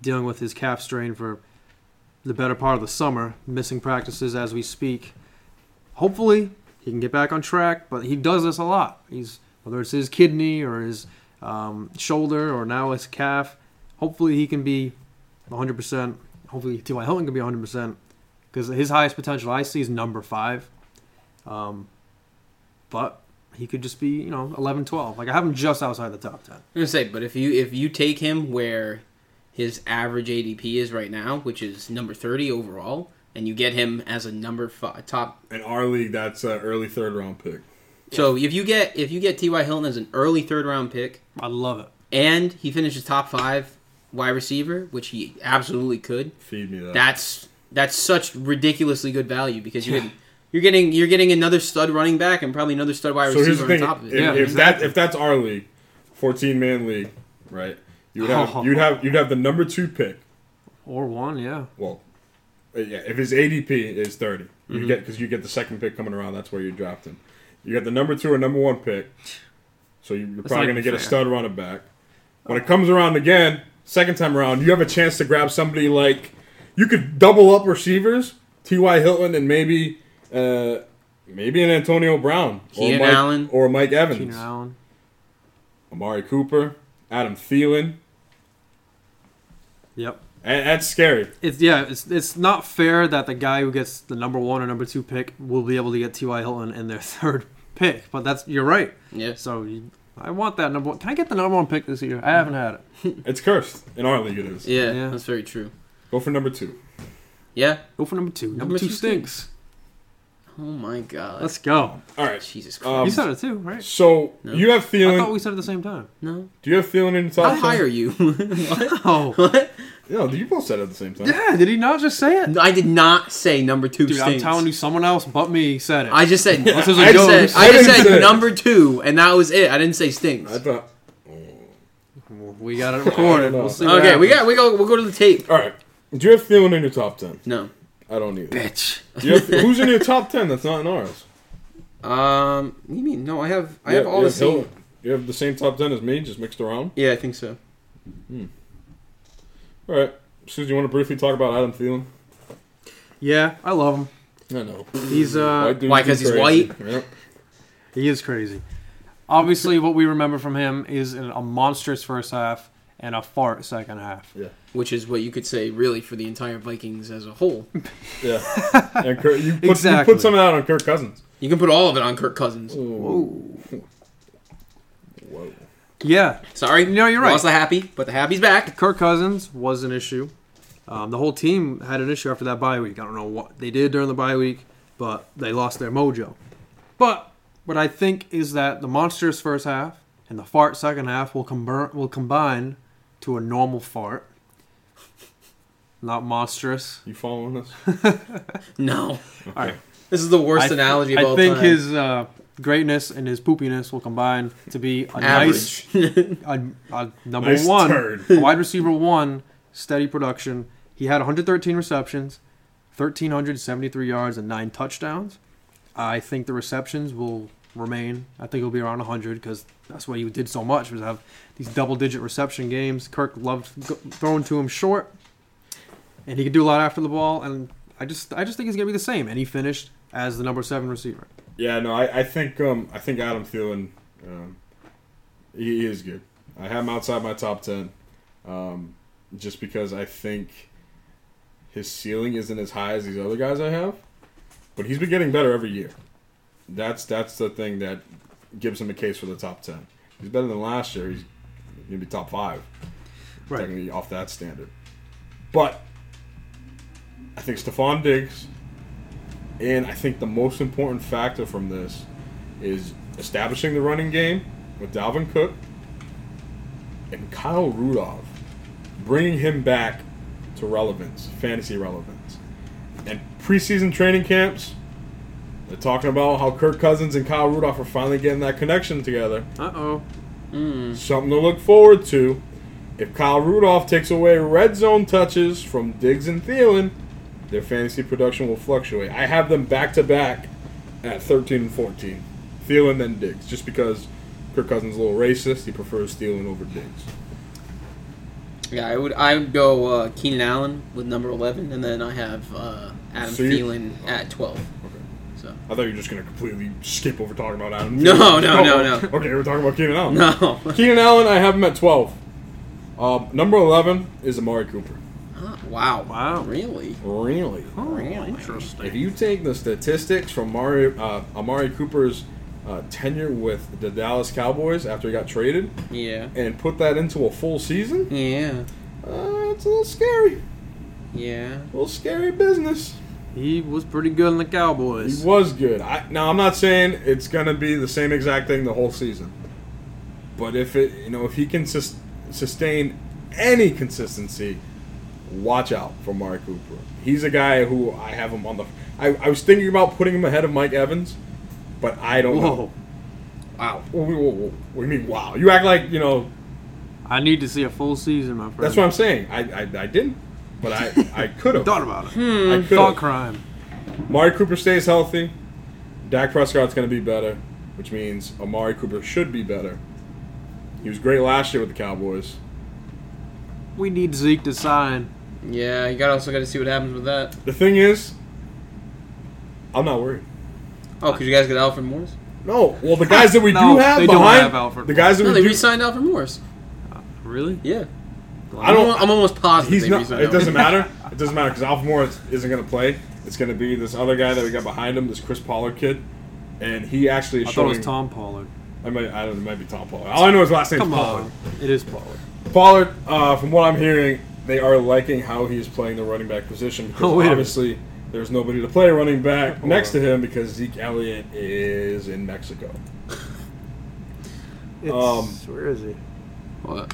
dealing with his calf strain for the better part of the summer, missing practices as we speak. Hopefully, he can get back on track, but he does this a lot. He's whether it's his kidney or his um, shoulder or now his calf. Hopefully, he can be 100%. Hopefully, T.Y. Hilton can be 100% because his highest potential I see is number five. Um, but he could just be, you know, 11, 12. Like, I have him just outside the top 10. I'm gonna say, but if you if you take him where his average ADP is right now, which is number 30 overall, and you get him as a number five, top. In our league, that's an early third round pick. So if you get if you get T.Y. Hilton as an early third round pick, I love it. and he finishes top five wide receiver, which he absolutely could, Feed me that. that's that's such ridiculously good value because you're getting, you're getting you're getting another stud running back and probably another stud wide so here's the receiver on thing: top of if, it. Yeah, if that exactly. if that's our league, fourteen man league, right? You would have [laughs] you'd have you'd have the number two pick. Or one, yeah. Well, uh, yeah, if his ADP is 30 Mm-hmm. you get because you get the second pick coming around. That's where you draft him. You get the number two or number one pick, so you- you're not probably even going to get a fair. stud running back. When it comes around again, second time around, you have a chance to grab somebody like you could double up receivers, T.Y. Hilton, and maybe. Uh, Maybe an Antonio Brown Keenan Mike, Allen. or Mike Evans, Keenan Allen. Amari Cooper, Adam Thielen. Yep. A- that's scary. It's yeah, it's it's not fair that the guy who gets the number one or number two pick will be able to get T.Y. Hilton in their [laughs] third pick. But that's you're right. Yeah. So you, I want that number one. Can I get the number one pick this year? I haven't had it. It's cursed in our league. It is. yeah, Yeah. that's very true. Go for number two. Yeah. Go for number two. Number, Number two two stinks. Oh my god. Let's go. All right. Jesus Christ. Um, you said it too, right? So No. you have I Thielen. thought we said it at the same time. no. do you have Thielen in the top How ten? high are you? [laughs] what? [laughs] Oh What? No, you both said it at the same time. yeah, did he not just say it? No, I did not say number two Dude, I'm stinks. telling you, someone else but me said it. I just said. This is a I joke. said, You I just said it. said number two, and that was it. I didn't say stinks. I thought. we got it recorded. know. We'll see what Okay, we happens. got we go we'll go to the tape. All right. Do you have Thielen in your top ten? No, I don't either. bitch. Do you have, who's in your top ten? That's not in ours. Um, you mean no? I have [laughs] I You have all you the same. Thielen. You have the same top ten as me, just mixed around. Yeah, I think so. All right. Susie, you want to briefly talk about Adam Thielen? Yeah, I love him. I know. He's uh why, 'cause he's white? He is crazy. Obviously, what we remember from him is an- a monstrous first half and a fart second half. Which is what you could say really for the entire Vikings as a whole. Yeah. [laughs] And Kirk, you, put, Exactly. you put some of that on Kirk Cousins. You can put all of it on Kirk Cousins. Whoa. [laughs] Whoa. Yeah, Sorry, No, you're right. Lost the happy, but the happy's back. Kirk Cousins was an issue. Um, the whole team had an issue after that bye week. I don't know what they did during the bye week, but they lost their mojo. But what I think is that the monstrous first half and the fart second half will, com- will combine to a normal fart. not monstrous. You following us? No. All right. This is the worst analogy of I all think time. his uh, greatness and his poopiness will combine to be a Average. [laughs] nice, a, a number Nice one turd. wide receiver one steady production. He had 113 receptions, 1373 yards, and nine touchdowns. I think the receptions will remain. I think it'll be around 100 because that's why you did so much was have these double-digit reception games. Kirk loved go- throwing to him short, and he could do a lot after the ball. And I just, I just think he's gonna be the same. And he finished as the number seven receiver. Yeah, no, I, I think um, I think Adam Thielen, um, he, he is good. I have him outside my top ten, um, just because I think his ceiling isn't as high as these other guys I have, but he's been getting better every year. That's that's the thing that gives him a case for the top ten. He's better than last year. He's gonna be top five, technically off that standard. But I think Stephon Diggs, and I think the most important factor from this is establishing the running game with Dalvin Cook and Kyle Rudolph, bringing him back to relevance, fantasy relevance. And preseason training camps, they're talking about how Kirk Cousins and Kyle Rudolph are finally getting that connection together Uh oh. something to look forward to. If Kyle Rudolph takes away red zone touches from Diggs and Thielen, their fantasy production will fluctuate. I have them back to back at 13 and 14. Thielen then Diggs, just because Kirk Cousins is a little racist. He prefers Thielen over Diggs. yeah, I would. I would go uh, Keenan Allen with number eleven, and then I have uh, Adam So you- Oh, Thielen at twelve. So [laughs] I thought you were just going to completely skip over talking about Adam. No, Thielen. no, no, Oh, no. [laughs] Okay, we're talking about Keenan Allen. no. [laughs] Keenan Allen, I have him at 12. Um, number 11 is Amari Cooper. Ah, wow. Wow. Really? Really? Oh, Really? If you take the statistics from Mario, uh, Amari Cooper's uh, tenure with the Dallas Cowboys after he got traded Yeah. and put that into a full season, Yeah. uh, it's a little scary. Yeah. A little scary business. He was pretty good in the Cowboys. He was good. I, now, I'm not saying it's going to be the same exact thing the whole season. But if it, you know, if he can sus- sustain any consistency, watch out for Amari Cooper. He's a guy who I have him on the. I, I was thinking about putting him ahead of Mike Evans, but I don't know. Whoa. Wow. Whoa, whoa, whoa. What do you mean, wow? You act like, you know, I need to see a full season, my friend. that's what I'm saying. I, I, I didn't, but I, [laughs] I could have. thought about it. I Thought could have. crime. Amari Cooper stays healthy. Dak Prescott's going to be better, which means Amari Cooper should be better. He was great last year with the Cowboys. We need Zeke to sign. Yeah. You got also got to see what happens with that. The thing is, I'm not worried. Oh, because you guys got Alfred Morris. No, well, the guys that [laughs] we No, do have they don't behind have Alfred. the guys that No, we they do, re-signed Alfred Morris. Really? Yeah. I don't- I'm almost positive. He's they not. re-signed It doesn't Alfred. matter. It doesn't matter because Alfred Morris isn't going to play. It's going to be this other guy that we got behind him, this Chris Pollard kid, and he actually is I thought showing. it was Tom Pollard. I might. I don't. It might be Tom Pollard. All I know is last name Come Pollard. on. It is Pollard. Pollard. Uh, from what I'm hearing, they are liking how he's playing the running back [laughs] position because Oh, wait a minute. obviously there's nobody to play running back Hold next on. to him because Zeke Elliott is in Mexico. It's, Um, where is he? What?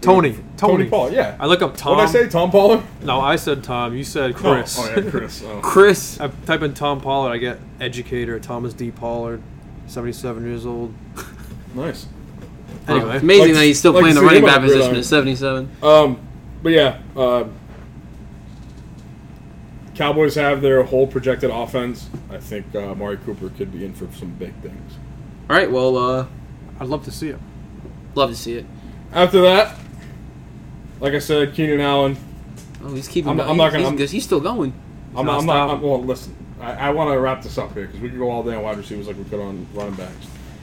Tony. Tony. Tony Pollard. Yeah. I look up Tom. What did I say? Tom Pollard. No, I said Tom. You said No. Chris. Oh, yeah, Chris. Oh. Chris. [laughs] I type in Tom Pollard. I get educator Thomas D. Pollard, 77 years old. [laughs] Nice. Anyway. it's amazing Like- that he's still like playing the Zeke running on back the gridiron. position at 77. Um, but yeah, uh, Cowboys have their whole projected offense. I think uh, Amari Cooper could be in for some big things. All right. Well, uh, I'd love to see him. love to see it. After that, like I said, Keenan Allen. Oh, he's keeping. I'm- going. I'm not He's- gonna- He's, he's still going. I'm, not I'm not. stopping. I'm, well, listen, I, I want to wrap this up here because we can go all day on wide receivers like we could on running backs.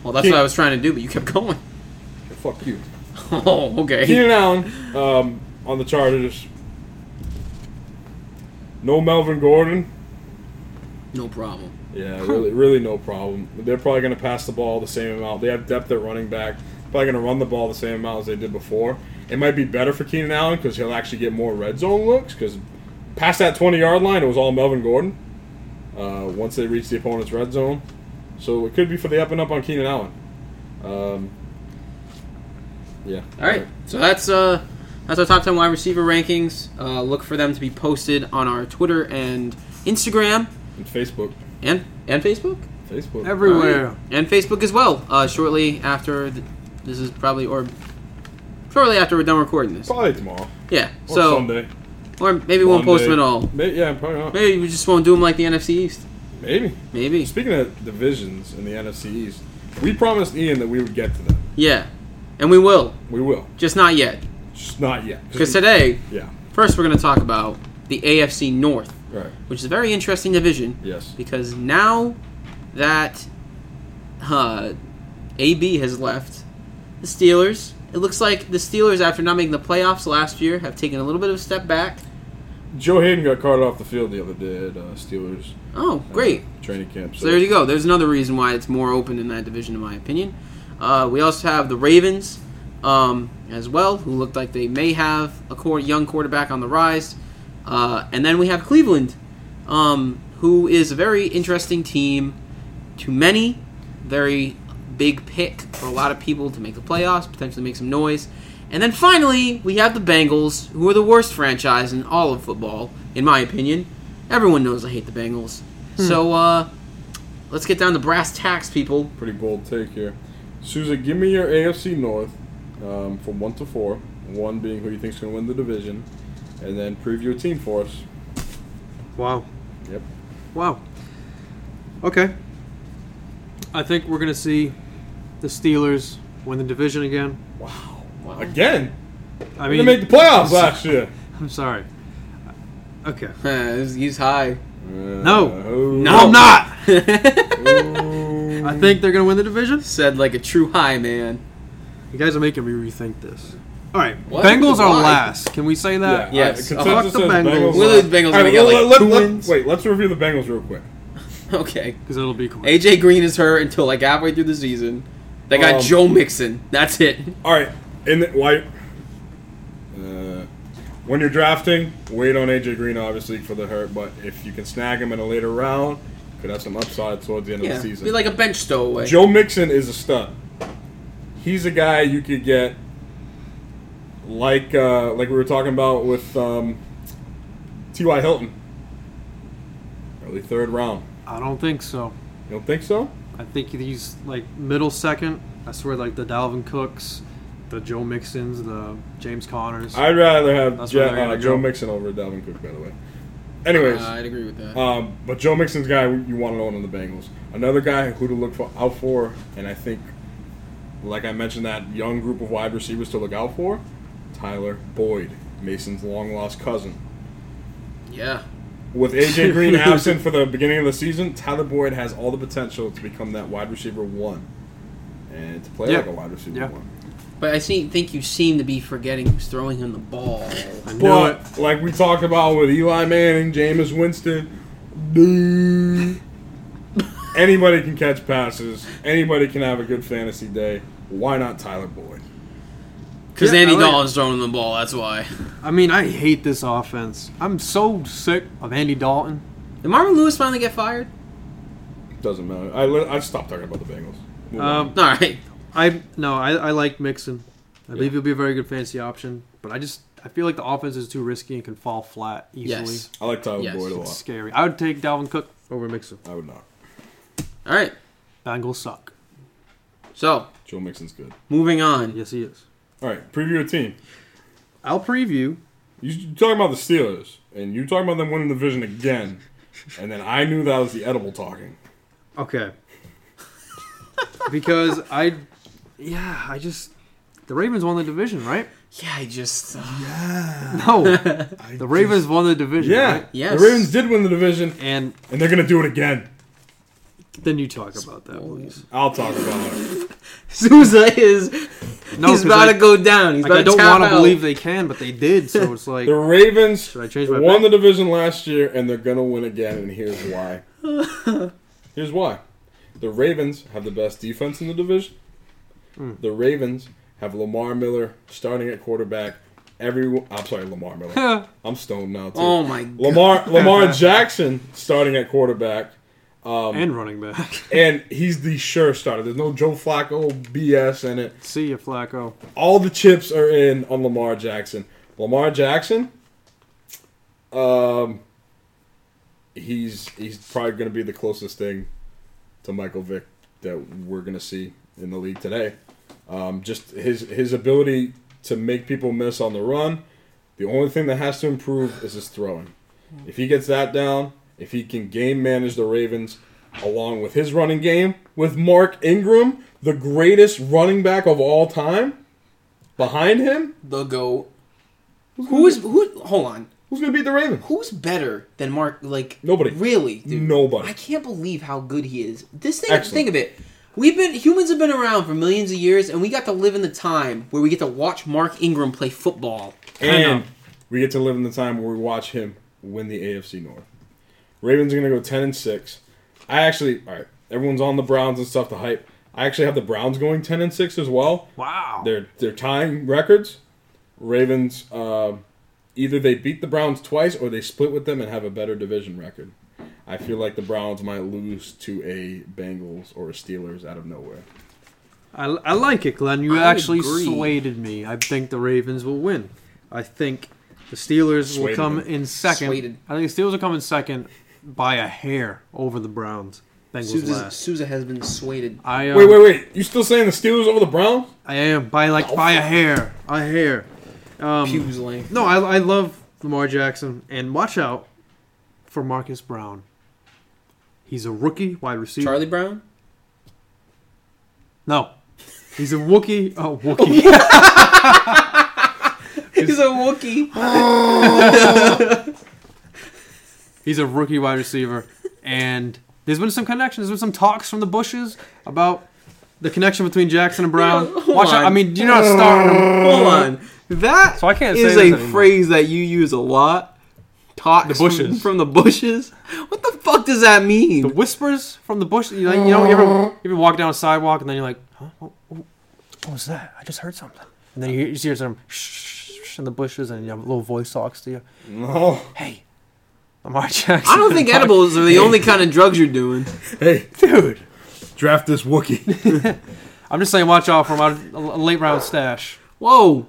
Well, that's He- what I was trying to do, but you kept going. [laughs] Fuck you. Oh, okay. Keenan Allen um, on the Chargers. No Melvin Gordon. No problem. Yeah, really, really no problem. They're probably going to pass the ball the same amount. They have depth at running back. Probably going to run the ball the same amount as they did before. It might be better for Keenan Allen because he'll actually get more red zone looks. Because past that twenty yard line, it was all Melvin Gordon. Uh, once they reached the opponent's red zone, so it could be for the up and up on Keenan Allen. Um, yeah. All right. So that's uh That's our top 10 wide receiver rankings. Uh, look for them to be posted on our Twitter and Instagram And Facebook. and and Facebook. Facebook. Everywhere. Alright. and Facebook as well. Uh, shortly after th- this is probably or shortly after we're done recording this. Probably tomorrow. Yeah. Or so Sunday. or maybe we won't post them at all. Maybe, yeah, probably not. Maybe we just won't do them like the NFC East. Maybe. Maybe. Speaking of divisions in the NFC East, we promised Ian that we would get to them. Yeah. And we will, We will. just not yet. Just not yet. Because today, Yeah. first we're going to talk about the AFC North, Right. which is a very interesting division. Yes. because now that uh, AB has left the Steelers, it looks like the Steelers, after not making the playoffs last year, have taken a little bit of a step back. Joe Hayden got carted off the field the other day at uh, Steelers Oh, uh, great! training camp. So, So there you go. There's another reason why it's more open in that division, in my opinion. Uh, we also have the Ravens um, as well, who looked like they may have a quar- young quarterback on the rise. Uh, and then we have Cleveland, um, who is a very interesting team to many, very big pick for a lot of people to make the playoffs, potentially make some noise. And then finally, we have the Bengals, who are the worst franchise in all of football, in my opinion. Everyone knows I hate the Bengals. So, uh, Let's get down to brass tacks, people. Pretty bold take here. Souza, give me your AFC North um, from one to four. One being who you think's going to win the division, and then preview a team for us. Wow. Yep. Wow. Okay. I think we're going to see the Steelers win the division again. Wow. Again, I we mean, didn't make the playoffs last year. I'm sorry. Uh, Okay. [laughs] He's [laughs] high. [laughs] No. Uh, oh. No. [laughs] I'm not. Oh. I think they're going to win the division. Said like a true high man. You guys are making me rethink this. All right. What? Bengals are Why? last. Can we say that? Yeah. Yes. I- Oh, consensus fuck the says Bengals. We'll are- lose Bengals All when we get, let- like, let- two let- wins. Wait, let's review the Bengals real quick. Okay. Because it'll be cool. AJ Green is hurt until like halfway through the season. They got Um, Joe Mixon. That's it. All right, and the, why? Uh, when you're drafting, wait on AJ Green obviously for the hurt, but if you can snag him in a later round, could have some upside towards the end Yeah. of the Be season. like a bench stowaway. Joe Mixon is a stud. He's a guy you could get, like uh, like we were talking about with um, T.Y. Hilton, early third round. I don't think so. You don't think so? I think these like middle second. I swear, like the Dalvin Cooks, the Joe Mixons, the James Connors. I'd rather have That's Je- where they're gonna uh, Joe go. Mixon over Dalvin Cook, by the way. Uh, Anyways, I'd agree with that. um, but Joe Mixon's guy you want to own on the Bengals. Another guy who to look for, out for, and I think, like I mentioned, that young group of wide receivers to look out for, Tyler Boyd, Mason's long lost cousin. yeah. With [laughs] AJ Green absent for the beginning of the season, Tyler Boyd has all the potential to become that wide receiver one, and to play Yeah. like a wide receiver Yeah. one. But I see, think you seem to be forgetting who's throwing him the [laughs] ball. I know it. But like we talked about with Eli Manning, Jameis Winston, [laughs] dude, anybody can catch passes. Anybody can have a good fantasy day. Why not Tyler Boyd? Because Yeah, Andy I like- Dalton's throwing the ball, that's why. I mean, I hate this offense. I'm so sick of Andy Dalton. Did Marvin Lewis finally get fired? Doesn't matter. I li- I stopped talking about the Bengals. Move on. Um, Alright. I no, I, I like Mixon. I believe he'll be a very good fantasy option. But I just I feel like the offense is too risky and can fall flat easily. Yes. I like Tyler yes. Boyd a lot. It's scary. I would take Dalvin Cook over Mixon. I would not. Alright. Bengals suck. So, Joe Mixon's good. moving on. Yes, he is. All right, preview a team. I'll preview. You you talking about the Steelers, and you talking about them winning the division again, and then I knew that was the edible talking. Okay. [laughs] because I, yeah, I just the Ravens won the division, [laughs] right? Yeah, I just. uh, No, the Ravens won the division. Yeah, right? Yes. the Ravens did win the division, and and they're gonna do it again. then you talk about that, please. I'll talk about it. Souza is. No, he's 'cause about I- to go down. He's Like, about I don't to want to believe believe they can, but they did. So [laughs] it's like The Ravens Should I change my won pick? the division last year, and they're going to win again, and here's [laughs] why. here's why. The Ravens have the best defense in the division. Hmm. The Ravens have Lamar Miller starting at quarterback. Every I'm sorry, Lamar [laughs] Miller. I'm stoned now too. Oh my Lamar Lamar Jackson starting at quarterback. and running back. [laughs] and he's the sure starter. There's no Joe Flacco BS in it. See you, Flacco. All the chips are in on Lamar Jackson. Lamar Jackson, um, he's he's probably going to be the closest thing to Michael Vick that we're going to see in the league today. Um, just his his ability to make people miss on the run. The only thing that has to improve is his throwing. If he gets that down, if he can game manage the Ravens along with his running game with Mark Ingram, the greatest running back of all time, behind him, The go. Who is who? Hold on. who's going to beat the Ravens? Who's better than Mark? Like Nobody. Really, dude. Nobody. I can't believe how good he is. This thing. Excellent. Think of it. We've been humans have been around for millions of years, and we got to live in the time where we get to watch Mark Ingram play football. And we get to live in the time where we watch him win the AFC North. Ravens are going to go 10 and 6. I actually, all right, everyone's on the Browns and stuff to hype. I actually have the Browns going 10 and 6 as well. Wow. They're they're tying records. Ravens uh, either they beat the Browns twice or they split with them and have a better division record. I feel like the Browns might lose to a Bengals or a Steelers out of nowhere. I, I like it, Glenn. You I actually agree. swayed me. I think the Ravens will win. I think the Steelers will Swayed come him. in second. Swayed. I think the Steelers will come in second by a hair over the Browns. Bengals Sousa, last. Sousa has been swayed. I, uh, Wait, wait, wait! You still saying the Steelers over the Browns? I am by like Oh. by a hair, a hair. Um, Pews length. no, I, I love Lamar Jackson, and watch out for Marcus Brown. He's a rookie wide receiver. Charlie Brown. No, he's a Wookie. [laughs] Oh, Wookie. He's a Wookie. He's a rookie wide receiver, and there's been some connections. There's been some talks from the bushes about the connection between Jackson and Brown. Yeah, [laughs] hold Watch out! on. I mean, you're not starting him. Hold on. That So I can't say is this a anymore. phrase that you use a lot. Talks The from- From, bushes. the bushes. What the fuck does that mean? The whispers from the bush. You, like, you know, you ever, you ever walk down a sidewalk and then you're like, huh? What, what- what was that? I just heard something. And then you, hear- you just hear some shh shh, shh in the bushes, and your little voice talks to you. No. Hey, Lamar Jackson. I don't think edibles [laughs] are the only kind of drugs you're doing. Hey, dude. draft this Wookie. I'm just saying, watch out for my a late round stash, Whoa,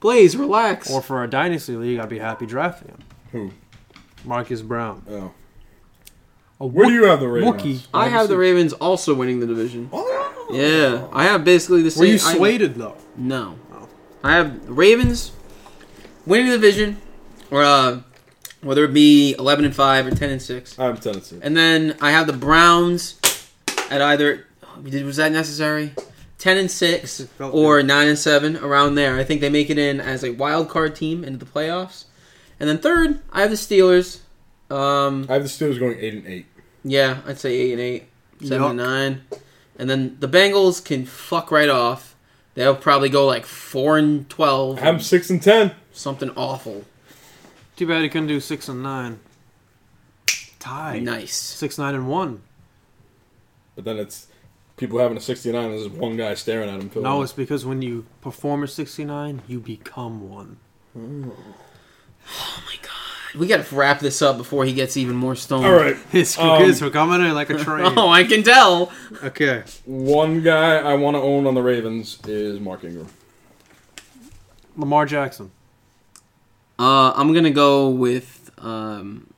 Blaze, relax. or for a dynasty league, I'd be happy drafting him. Who? Marcus Brown. Oh. A Where do you have the Ravens? Wookie. I have the Ravens also winning the division. Oh. Yeah, I have basically the same. Were you I- swayed though? no, I have Ravens winning the division, or uh, whether it be eleven and five or ten and six, I'm Tennessee. and then I have the Browns at either. Did was that necessary? Ten and six It felt or nine and seven around there. I think they make it in as a wild card team into the playoffs, and then third I have the Steelers. Um, I have the Steelers going eight and eight. Yeah, I'd say eight and eight, seven and Yuck. nine, and then the Bengals can fuck right off. They'll probably go like four and twelve, I'm six and ten. something awful. Too bad he couldn't do six and nine. Tie. Nice. Six nine and one. But then it's people having a 69. There's just one guy staring at him. filling No, it. it's because when you perform at sixty nine, you become one. [laughs] We gotta wrap this up before he gets even more stoned. all right. His Um, kids were coming in like a [laughs] train. [laughs] Oh, I can tell. okay. One guy I want to own on the Ravens is Mark Ingram. Lamar Jackson. Uh, I'm gonna go with. Um,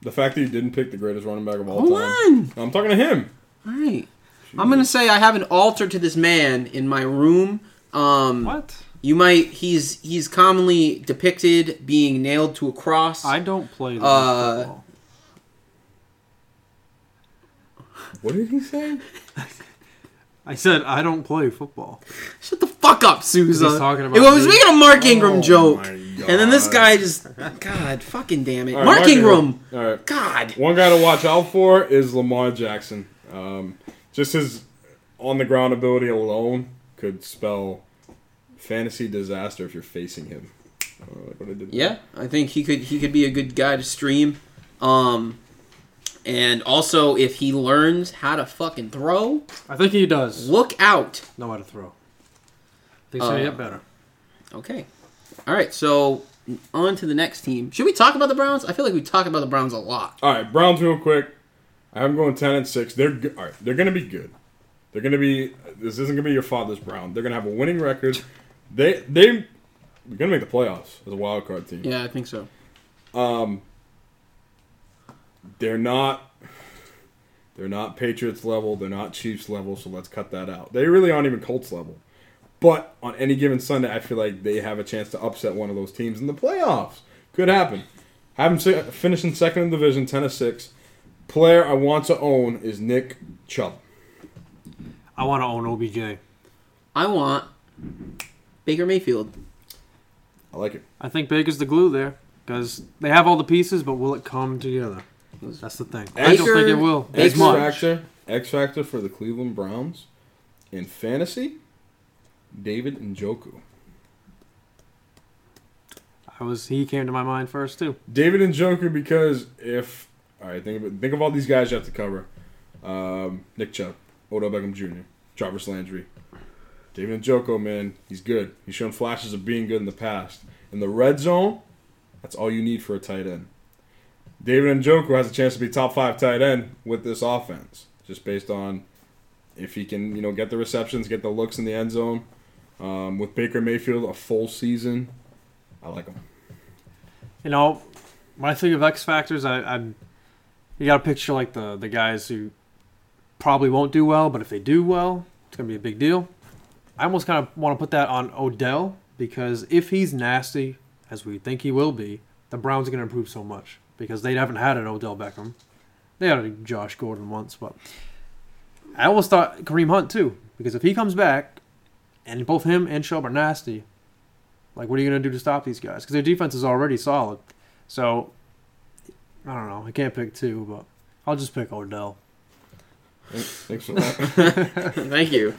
The fact that you didn't pick the greatest running back of all hold time. on. I'm talking to him. All right. I'm gonna say I have an altar to this man in my room. Um, What? You might. He's he's commonly depicted being nailed to a cross. I don't play that Uh, football. What did he say? I said I don't play football. Shut the fuck up, Souza. He's talking about it was me. making a Mark Ingram Oh joke, my and then this God. guy just God, fucking damn it, All right, Mark, Ingram. All right. God, One guy to watch out for is Lamar Jackson. Um, just his on the ground ability alone could spell fantasy disaster if you're facing him. I don't like what I did there. yeah, I think he could he could be a good guy to stream, um, and also if he learns how to fucking throw, I think he does look out. know how to throw. I think he's gonna Uh, get better. Okay, all right, so on to the next team. Should we talk about the Browns? I feel like we talk about the Browns a lot. All right, Browns real quick. I'm going ten and six. They're go- all right. They're going to be good. They're going to be. This isn't going to be your father's Brown. They're going to have a winning record. They they they're going to make the playoffs as a wild card team. Yeah, I think so. They're not. They're not Patriots level. They're not Chiefs level. So let's cut that out. They really aren't even Colts level. But on any given Sunday, I feel like they have a chance to upset one of those teams in the playoffs. Could happen. Have them si- finish in second in the division, ten to six. Player I want to own is Nick Chubb. I want to own OBJ. I want Baker Mayfield. [laughs] I like it. I think Baker's the glue there because they have all the pieces, but will it come together? That's the thing. I don't Baker- think it will. X Baker- As much. Factor, X Factor for the Cleveland Browns in fantasy. David and Joku. I was. He came to my mind first too. David and Joku because if all right, think of it, think of all these guys you have to cover. Um, Nick Chubb, Odell Beckham Jr., Jarvis Landry, David and Joku. Man, he's good. He's shown flashes of being good in the past. In the red zone, that's all you need for a tight end. David and Joku has a chance to be top five tight end with this offense, just based on if he can, you know, get the receptions, get the looks in the end zone. Um, with Baker Mayfield, a full season, I like him. You know, when I think of X factors, I, I you got to picture like the the guys who probably won't do well, but if they do well, it's gonna be a big deal. I almost kind of want to put that on Odell because if he's nasty, as we think he will be, the Browns are gonna improve so much because they haven't had an Odell Beckham. They had a Josh Gordon once, but I almost thought Kareem Hunt too because if he comes back and both him and Chubb are nasty, like what are you gonna do to stop these guys? Because their defense is already solid. So I don't know. I can't pick two, but I'll just pick Odell. Thanks for that. Thank you.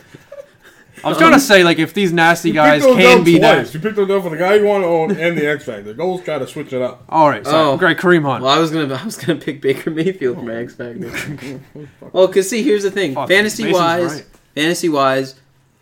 I was trying to say like if these nasty guys picked Odell can be twice. that. You picked Odell for the guy you want to own and the X Factor. Goals try to switch it up. All right, so Oh. great Kareem Hunt. Well, I was gonna I was gonna pick Baker Mayfield for my X Factor. [laughs] well, cause see, here's the thing, Fuck, fantasy Mason's wise, right. fantasy wise,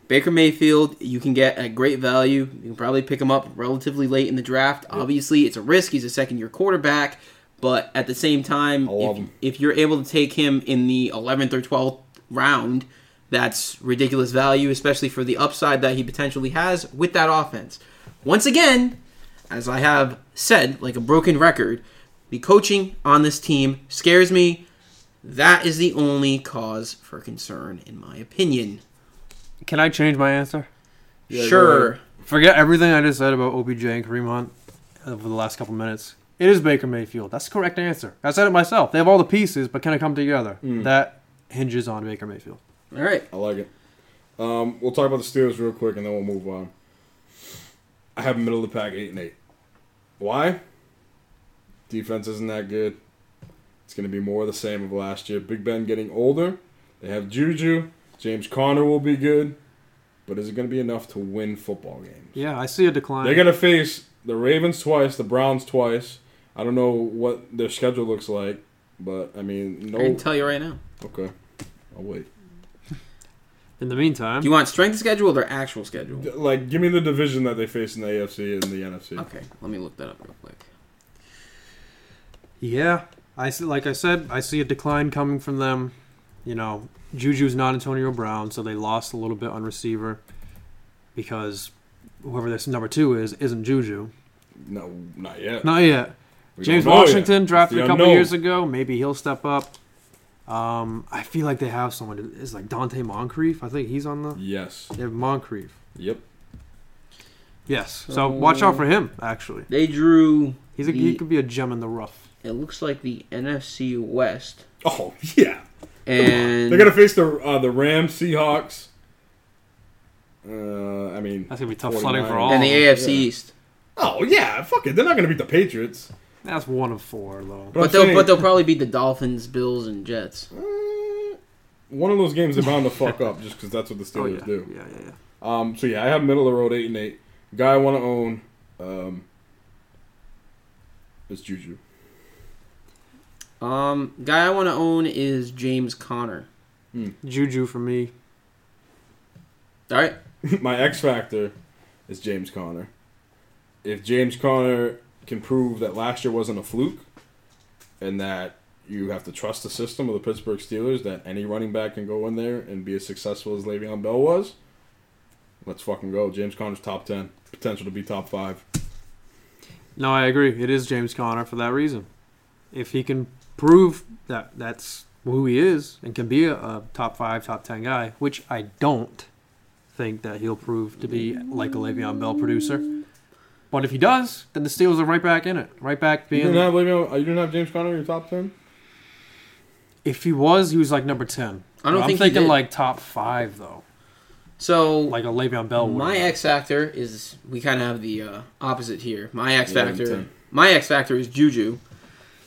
Baker Mayfield you can get at great value. You can probably pick him up relatively late in the draft. Obviously, it's a risk. He's a second year quarterback, but at the same time, I if, love him. if you're able to take him in the 11th or 12th round, that's ridiculous value, especially for the upside that he potentially has with that offense. Once again, as I have said, like a broken record, the coaching on this team scares me. That is the only cause for concern, in my opinion. Can I change my answer? Yeah, go sure. ahead. Forget everything I just said about OBJ and Kareem Hunt over the last couple minutes. It is Baker Mayfield. That's the correct answer. I said it myself. They have all the pieces, but can it come together? That hinges on Baker Mayfield. All right. I like it. Um, we'll talk about the Steelers real quick and then we'll move on. I have middle of the pack eight and eight. Why? Defense isn't that good. It's going to be more of the same of last year. Big Ben getting older. They have Juju. James Conner will be good, but is it going to be enough to win football games? Yeah, I see a decline. They're gonna face the Ravens twice, the Browns twice. I don't know what their schedule looks like, but I mean, I no. can tell you right now. okay, I'll wait. In the meantime, Do you want strength schedule or actual schedule? D- Like, give me the division that they face in the AFC and the NFC. Okay, let me look that up real quick. Yeah, I see, like I said, I see a decline coming from them. You know, Juju's not Antonio Brown, so they lost a little bit on receiver because whoever this number two is isn't Juju. No, not yet. Not yet. We James don't know Washington yet. drafted It's a the couple unknown. years ago. Maybe he'll step up. Um, I feel like they have someone. It's like Dante Moncrief. I think he's on the. Yes. They have Moncrief. Yep. Yes. So watch out for him. Actually, They drew. he's a, he could be a gem in the rough. It looks like the NFC West, Oh [laughs] yeah. and They're gonna face the uh, the Rams, Seahawks. Uh, I mean, That's gonna be tough sledding for 49ers. all. and the AFC East. Oh yeah, fuck it. They're not gonna beat the Patriots. That's one of four though. I'm But they'll saying- but they'll probably beat the Dolphins, Bills, and Jets. Uh, one of those games they're bound to fuck up just because that's what the Oh Steelers yeah. do. Yeah, yeah, yeah. Um, so yeah, I have middle of the road eight and eight. Guy I want to own um, is Juju. [laughs] Um, guy I want to own is James Conner. Juju for me. All right, My X factor is James Conner. If James Conner can prove that last year wasn't a fluke, and that you have to trust the system of the Pittsburgh Steelers that any running back can go in there and be as successful as Le'Veon Bell was. Let's fucking go. James Conner's top ten, potential to be top five. No, I agree. It is James Conner for that reason. If he can prove that that's who he is and can be a, a top five, top ten guy, which I don't think that he'll prove to be like a Le'Veon Bell producer. But if he does, then the Steelers are right back in it. Right back You being. didn't have Le'Veon, you didn't have James Conner in your top ten. If he was, he was like number 10. I don't I'm think he thinking did. like top five, though. So Like a Le'Veon Bell would. my X factor is we kind of have the uh, opposite here. My X Yeah, factor, ten. my X factor is Juju,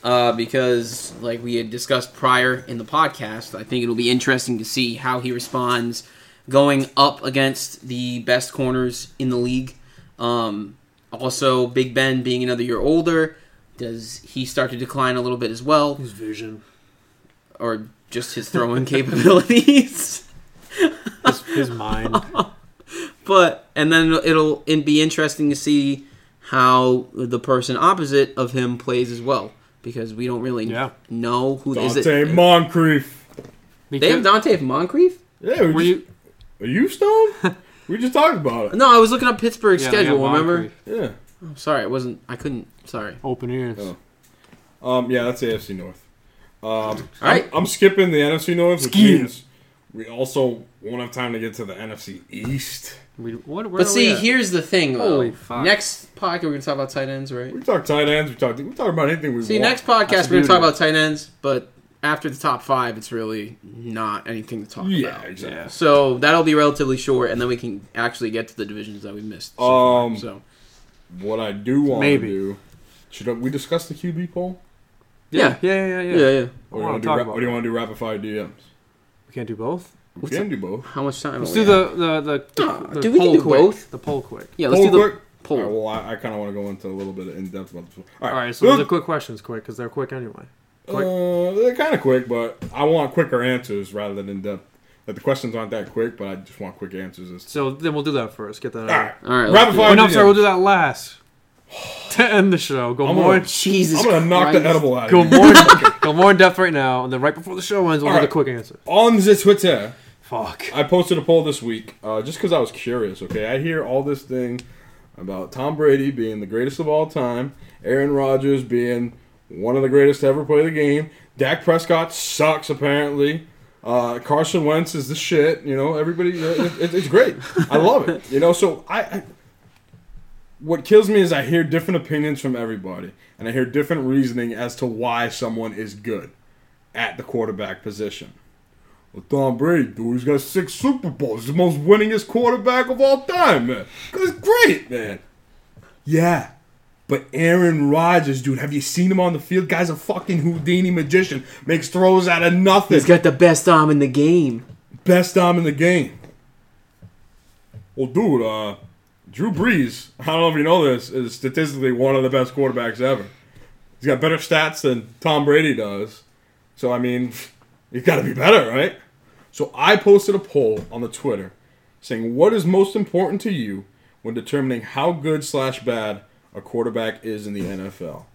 uh, because like we had discussed prior in the podcast, I think it'll be interesting to see how he responds going up against the best corners in the league. Um, also, Big Ben being another year older, does he start to decline a little bit as well? His vision. or just his throwing capabilities. His, his mind. But and then it'll it be interesting to see how the person opposite of him plays as well because we don't really Yeah. know who is Dante it. Moncrief. [laughs] They have Dante Moncrief? Yeah, Were we just, you. are you stoned? we just talked about it. No, I was looking up Pittsburgh's Yeah, they have schedule. Remember? Moncrief. Yeah. I'm sorry, I wasn't. I couldn't. Sorry. Open ears. Oh. Um, yeah, that's AFC North. Um, All right. I'm, I'm skipping the NFC North, which Skeet. means we also won't have time to get to the NFC East. We, what, where But are see, we at? here's the thing. Though. Holy fuck. Next podcast, we're gonna talk about tight ends, right? We talk tight ends. We talk. We talk about anything we See, want. next podcast That's we're gonna talk beautiful. about tight ends, but after the top five, it's really not anything to talk Yeah, about. exactly. Yeah. So that'll be relatively short, and then we can actually get to the divisions that we missed. So far. Um, so What I do want Maybe. to do. Should I- we discuss the QB poll? yeah, Yeah, yeah, yeah. yeah, yeah. Or I wanna do you talk want to do, about ra- or do, you want to do rapid fire DMs? We can't do both. We What's can do both. How much time? Let's do do the the the, the, Ah, the do we poll do quick. both? The poll quick. Yeah, let's do poll the quick? poll. All right, well, I, I kind of want to go into a little bit of in depth about this. poll. All All right, right, so the quick questions quick because they're quick anyway. quick- Uh, they're kind of quick, but I want quicker answers rather than in depth. Like the questions aren't that quick, but I just want quick answers. It's- So then we'll do that first. Get that out. All right, All right, let's rapid do it. fire. Oh, no, I'm DMs. sorry. We'll do that last to end the show. Go I'm more. gonna- Jesus, I'm gonna knock Christ. the edible out. Go Of you. more. go more in depth right now, and then right before the show ends, we'll All do right. the quick answer. On the Twitter, Fuck. I posted a poll this week uh, just because I was curious. Okay, I hear all this thing about Tom Brady being the greatest of all time, Aaron Rodgers being one of the greatest to ever play the game, Dak Prescott sucks apparently. Uh, Carson Wentz is the shit, you know. Everybody, uh, it, it, it's great. I love it, you know. So I, I, what kills me is I hear different opinions from everybody, and I hear different reasoning as to why someone is good at the quarterback position. Well, Tom Brady, dude, he's got six Super Bowls. He's the most winningest quarterback of all time, man. That's great, man. Yeah. But Aaron Rodgers, dude, have you seen him on the field? Guy's a fucking Houdini magician. Makes throws out of nothing. He's got the best arm in the game. Best arm in the game. Well, dude, uh, Drew Brees, I don't know if you know this, is statistically one of the best quarterbacks ever. He's got better stats than Tom Brady does. So, I mean, [laughs] he's got to be better, right? So, I posted a poll on the Twitter saying, What is most important to you when determining how good slash bad a quarterback is in the NFL?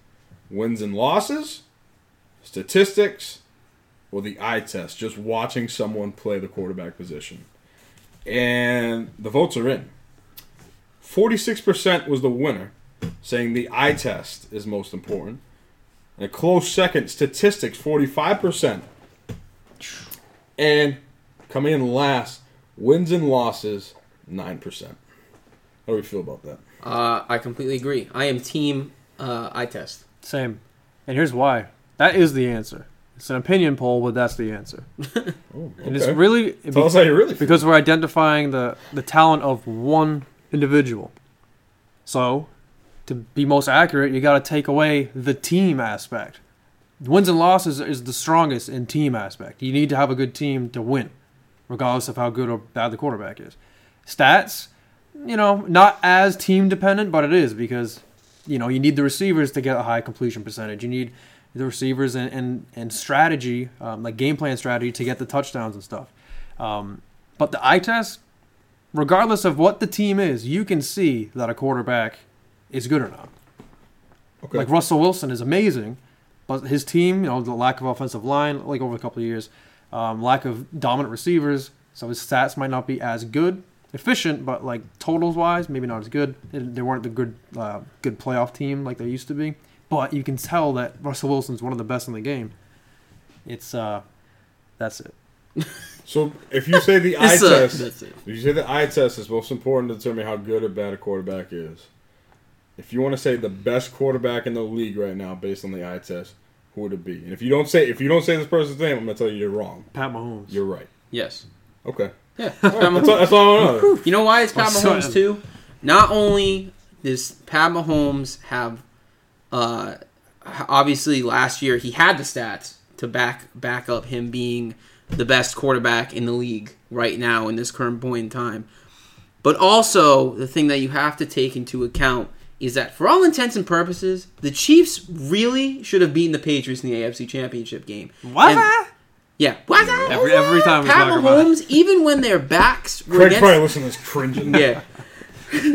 Wins and losses, statistics, or the eye test, just watching someone play the quarterback position. And the votes are in. 46% was the winner, saying the eye test is most important. And a close second, statistics, 45%. And coming in last, wins and losses, 9%. How do we feel about that? Uh, I completely agree. I am team uh, eye test. Same. And here's why. That is the answer. It's an opinion poll, but that's the answer. Oh, And it's really it Tell us how you really feel. because we're identifying the, the talent of one individual. So, to be most accurate, you got to take away the team aspect. Wins and losses is the strongest in team aspect. You need to have a good team to win, regardless of how good or bad the quarterback is. Stats, you know, not as team dependent, but it is because, you know, you need the receivers to get a high completion percentage. You need the receivers and, and, and strategy, um, like game plan strategy, to get the touchdowns and stuff. Um, but the eye test, regardless of what the team is, you can see that a quarterback is good or not. Okay. Like Russell Wilson is amazing, But his team, you know, the lack of offensive line, like over a couple of years, um, lack of dominant receivers, so his stats might not be as good, efficient, but like totals wise, maybe not as good. They- They weren't the good, uh, good playoff team like they used to be. But you can tell that Russell Wilson's one of the best in the game. It's uh, that's it. So if you say the [laughs] eye It's a- test, that's it. if you say the eye test is most important to determine how good or bad a quarterback is. If you want to say the best quarterback in the league right now based on the eye test, who would it be? And if you don't say if you don't say this person's name, I'm gonna tell you you're wrong. Pat Mahomes. You're right. Yes. [laughs] Okay, Yeah. that's all, that's all I [laughs] know. You know why it's Pat Or son. Mahomes too? Not only does Pat Mahomes have, uh, obviously last year he had the stats to back back up him being the best quarterback in the league right now in this current point in time. But also the thing that you have to take into account is that for all intents and purposes, the Chiefs really should have beaten the Patriots in the AFC Championship game. What? And- yeah. What's up? Every- every time we Pat talk about it. Mahomes, even when their backs were Craig's against probably listening to this [laughs] cringing. yeah.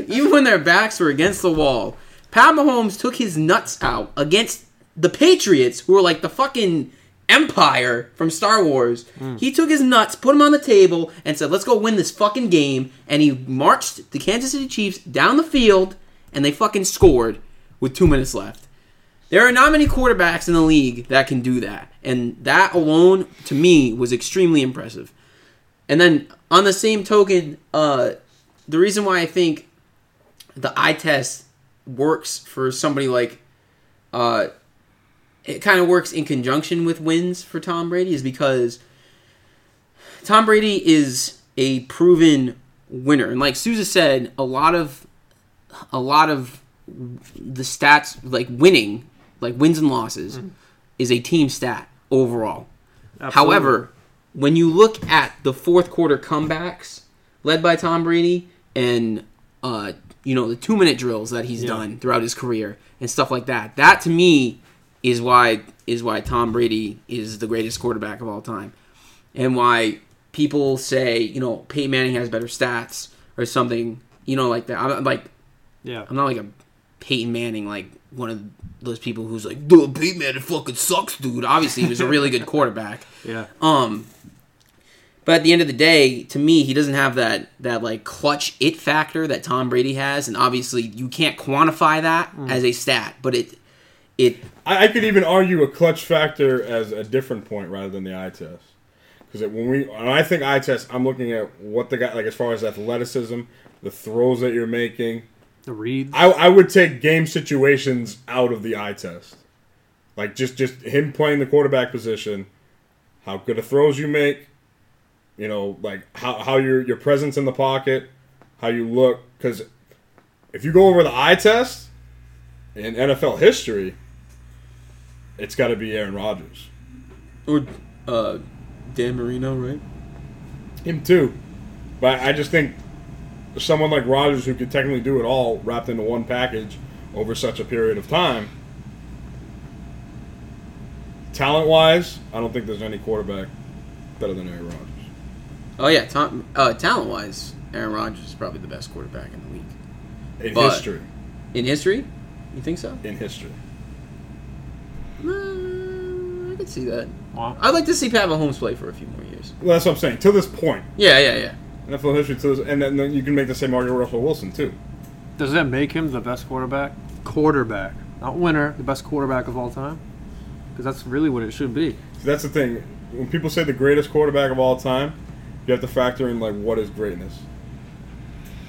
Even when their backs were against the wall, Pat Mahomes took his nuts out against the Patriots, who were like the fucking empire from Star Wars. He took his nuts, put them on the table, and said, "Let's go win this fucking game." And he marched the Kansas City Chiefs down the field, and they fucking scored with two minutes left. There are not many quarterbacks in the league that can do that, and that alone, to me, was extremely impressive. And then on the same token, uh, the reason why I think the eye test works for somebody like, uh, it kind of works in conjunction with wins for Tom Brady is because Tom Brady is a proven winner, and like Sousa said, a lot of a lot of the stats like winning, like wins and losses, is a team stat overall. Absolutely. However, when you look at the fourth quarter comebacks led by Tom Brady and uh, you know the two minute drills that he's done throughout his career and stuff like that, that to me is why is why Tom Brady is the greatest quarterback of all time, and why people say you know Peyton Manning has better stats or something you know like that. I'm like Yeah. I'm not like a Peyton Manning, like one of those people who's like, dude, Peyton Manning fucking sucks, dude. Obviously, he was a really good quarterback. Yeah. Um, but at the end of the day, to me, he doesn't have that that like clutch it factor that Tom Brady has, and obviously, you can't quantify that Mm. as a stat. But it it I, I could even argue a clutch factor as a different point rather than the eye test. Because when we, when I think eye test, I'm looking at what the guy like as far as athleticism, the throws that you're making. The reads. I, I would take game situations out of the eye test, like just just him playing the quarterback position, how good of throws you make, you know, like how how your your presence in the pocket, how you look. Because if you go over the eye test in NFL history, it's got to be Aaron Rodgers. or uh, Dan Marino, right? Him too. But I just think someone like Rogers, who could technically do it all wrapped into one package over such a period of time, talent wise, I don't think there's any quarterback better than Aaron Rodgers. Oh yeah, Tom. Uh, talent wise, Aaron Rodgers is probably the best quarterback in the league In But- history. in history. You think so? In history. Mm, I could see that. Wow. I'd like to see Pat Mahomes play for a few more years. Well, that's what I'm saying. To this point, Yeah, yeah, yeah. NFL history, to this, and then then you can make the same argument with Russell Wilson, too. Does that make him the best quarterback? Quarterback, not winner, the best quarterback of all time? Because that's really what it should be. See, that's the thing. When people say the greatest quarterback of all time, you have to factor in like what is greatness.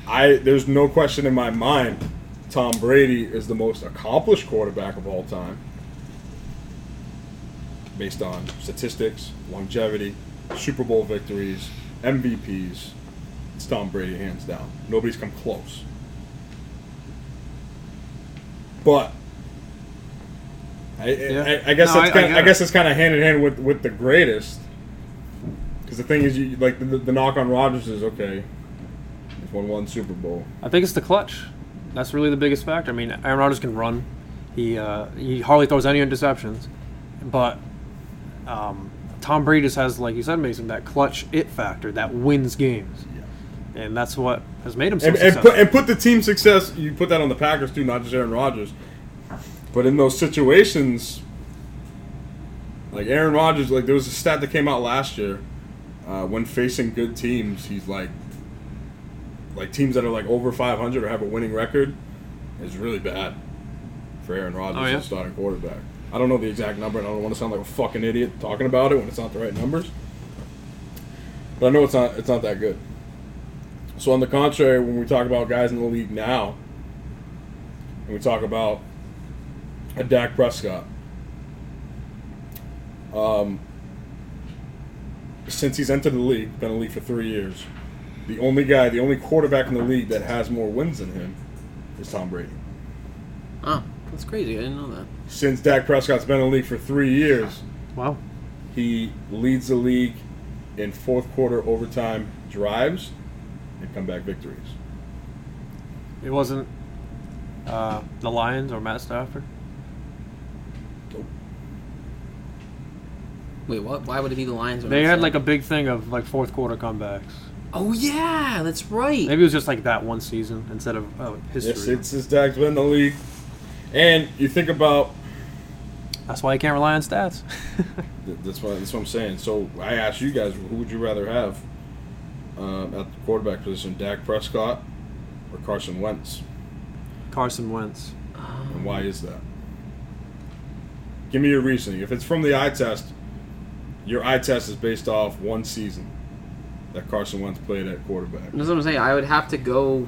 I there's no question in my mind, Tom Brady is the most accomplished quarterback of all time, based on statistics, longevity, Super Bowl victories, MVPs. It's Tom Brady hands down. Nobody's come close. But I, Yeah. I, I guess No, that's I- I kind get I it. guess it's kind of hand in hand with with the greatest. Because the thing is, you like the, the knock on Rodgers is okay. He's won one Super Bowl. I think it's the clutch. That's really the biggest factor. I mean, Aaron Rodgers can run. He uh, he hardly throws any interceptions, but um, Tom Brady just has, like you said, Mason, that clutch it factor that wins games, and that's what has made him so And, and, successful. put, and put the team success. You put that on the Packers too, not just Aaron Rodgers. But in those situations, Like Aaron Rodgers, like there was a stat that came out last year. Uh, when facing good teams, he's like, like teams that are like over 500 or have a winning record, is really bad for Aaron Rodgers Oh, yeah? as a starting quarterback. I don't know the exact number, and I don't want to sound like a fucking idiot talking about it when it's not the right numbers. But I know it's not it's not that good. So on the contrary, when we talk about guys in the league now, and we talk about a Dak Prescott, um, since he's entered the league, been in the league for three years, the only guy, the only quarterback in the league that has more wins than him is Tom Brady. Oh, that's crazy. I didn't know that. Since Dak Prescott's been in the league for three years, Wow. he leads the league in fourth quarter overtime drives and comeback victories. It wasn't uh, the Lions or Matt Stafford. Wait, what? Why would it be the Lions? or They had Minnesota? like a big thing of like fourth quarter comebacks. Oh yeah, that's right. Maybe it was just like that one season instead of uh, Yes, history. it's since Dak's been in the league, and you think about That's why you can't rely [laughs] on stats. Th- That's what that's what I'm saying. So I asked you guys, who would you rather have uh, at the quarterback position, Dak Prescott or Carson Wentz, Carson Wentz. and why is that? Give me your reasoning. If it's from the eye test, your eye test is based off one season that Carson Wentz played at quarterback. That's what I'm saying. I would have to [laughs] go.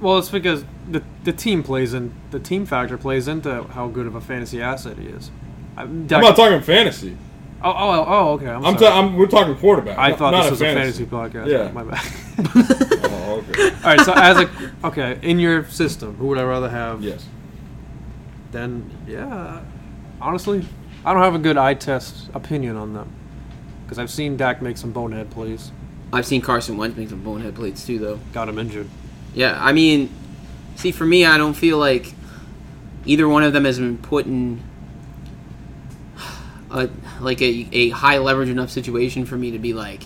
Well, it's because the the team plays in the team factor plays into how good of a fantasy asset he is. I, I'm not talking fantasy. oh, oh, oh, okay. I'm, I'm, sorry. ta- I'm we're talking quarterback. I not- thought not this was a fantasy, podcast. Yeah. My bad. [laughs] Oh, okay. All right, so as a okay in your system, who would I rather have? yes. Then yeah, honestly, I don't have a good eye test opinion on them because I've seen Dak make some bonehead plays, I've seen Carson Wentz make some bonehead plays too, though. got him injured. Yeah, I mean, see, for me, I don't feel like either one of them has been put in [sighs] a like a, a high leverage enough situation for me to be like,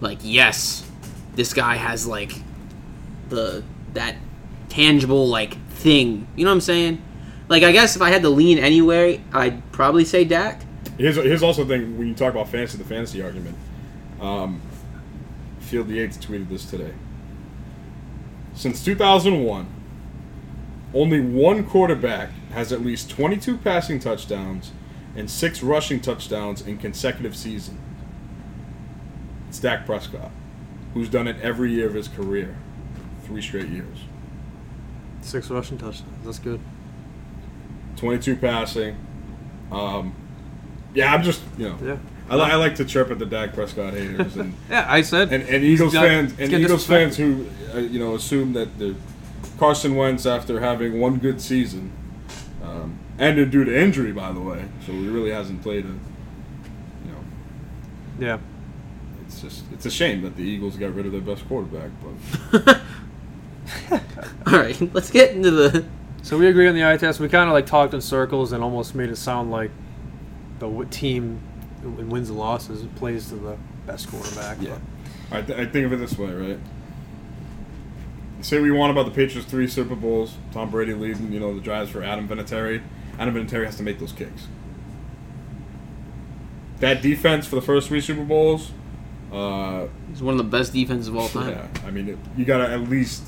like yes, this guy has like the that tangible like thing. You know what I'm saying? Like, I guess if I had to lean anywhere, I'd probably say Dak. [laughs] Here's, here's also the thing when you talk about fantasy, the fantasy argument. Um, Field Yates tweeted this today. Since 2001, only one quarterback has at least 22 passing touchdowns and six rushing touchdowns in consecutive seasons. It's Dak Prescott, who's done it every year of his career, three straight years. Six rushing touchdowns. That's good. 22 passing. Um, yeah, I'm just you know, Yeah. I, li- I like to chirp at the Dak Prescott haters [laughs] and. Yeah, I said. and, and Eagles He's got- fans he's and got Eagles disrespect. fans who uh, you know assume that the Carson Wentz after having one good season um, ended due to injury, by the way, so he really hasn't played a you know yeah. it's just it's a shame that the Eagles got rid of their best quarterback, but All right, [laughs] let's get into the So we agree on the eye test. We kind of like talked in circles and almost made it sound like the w- team w- wins and losses plays to the best quarterback. yeah. I, th- I think of it this way, right? Say we want about the Patriots three Super Bowls, Tom Brady leading, you know, the drives for Adam Vinatieri. Adam Vinatieri has to make those kicks. That defense for the first three Super Bowls, uh, He's one of the best defenses of all time. yeah, I mean, it, you got at least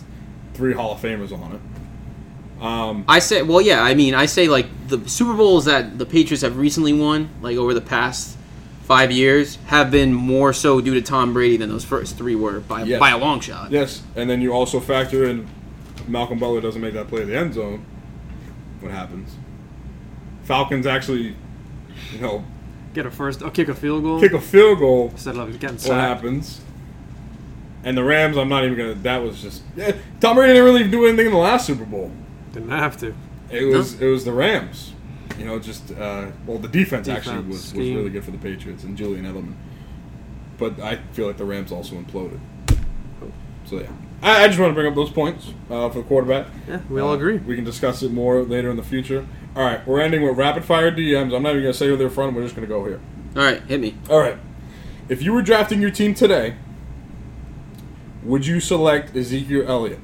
three Hall of Famers on it. Um, I say, well, yeah. I mean, I say like the Super Bowls that the Patriots have recently won, like over the past five years, have been more so due to Tom Brady than those first three were by Yes. by a long shot. yes, and then you also factor in Malcolm Butler doesn't make that play at the end zone. What happens? Falcons actually, you know, Get a first, oh, kick a field goal kick a field goal instead of getting what sacked. happens. And the Rams, I'm not even gonna. That was just eh, Tom Brady didn't really do anything in the last Super Bowl. Didn't have to. It was it was the Rams. You know, just uh, well, the defense, actually Defense, was, was scheme. really good for the Patriots and Julian Edelman. But I feel like the Rams also imploded. So yeah, I, I just want to bring up those points uh, for the quarterback. Yeah, we all Uh, agree. We can discuss it more later in the future. All right, we're ending with rapid fire DMs. I'm not even gonna say who they're from. We're just gonna go here. All right, hit me. All right. If you were drafting your team today, would you select Ezekiel Elliott?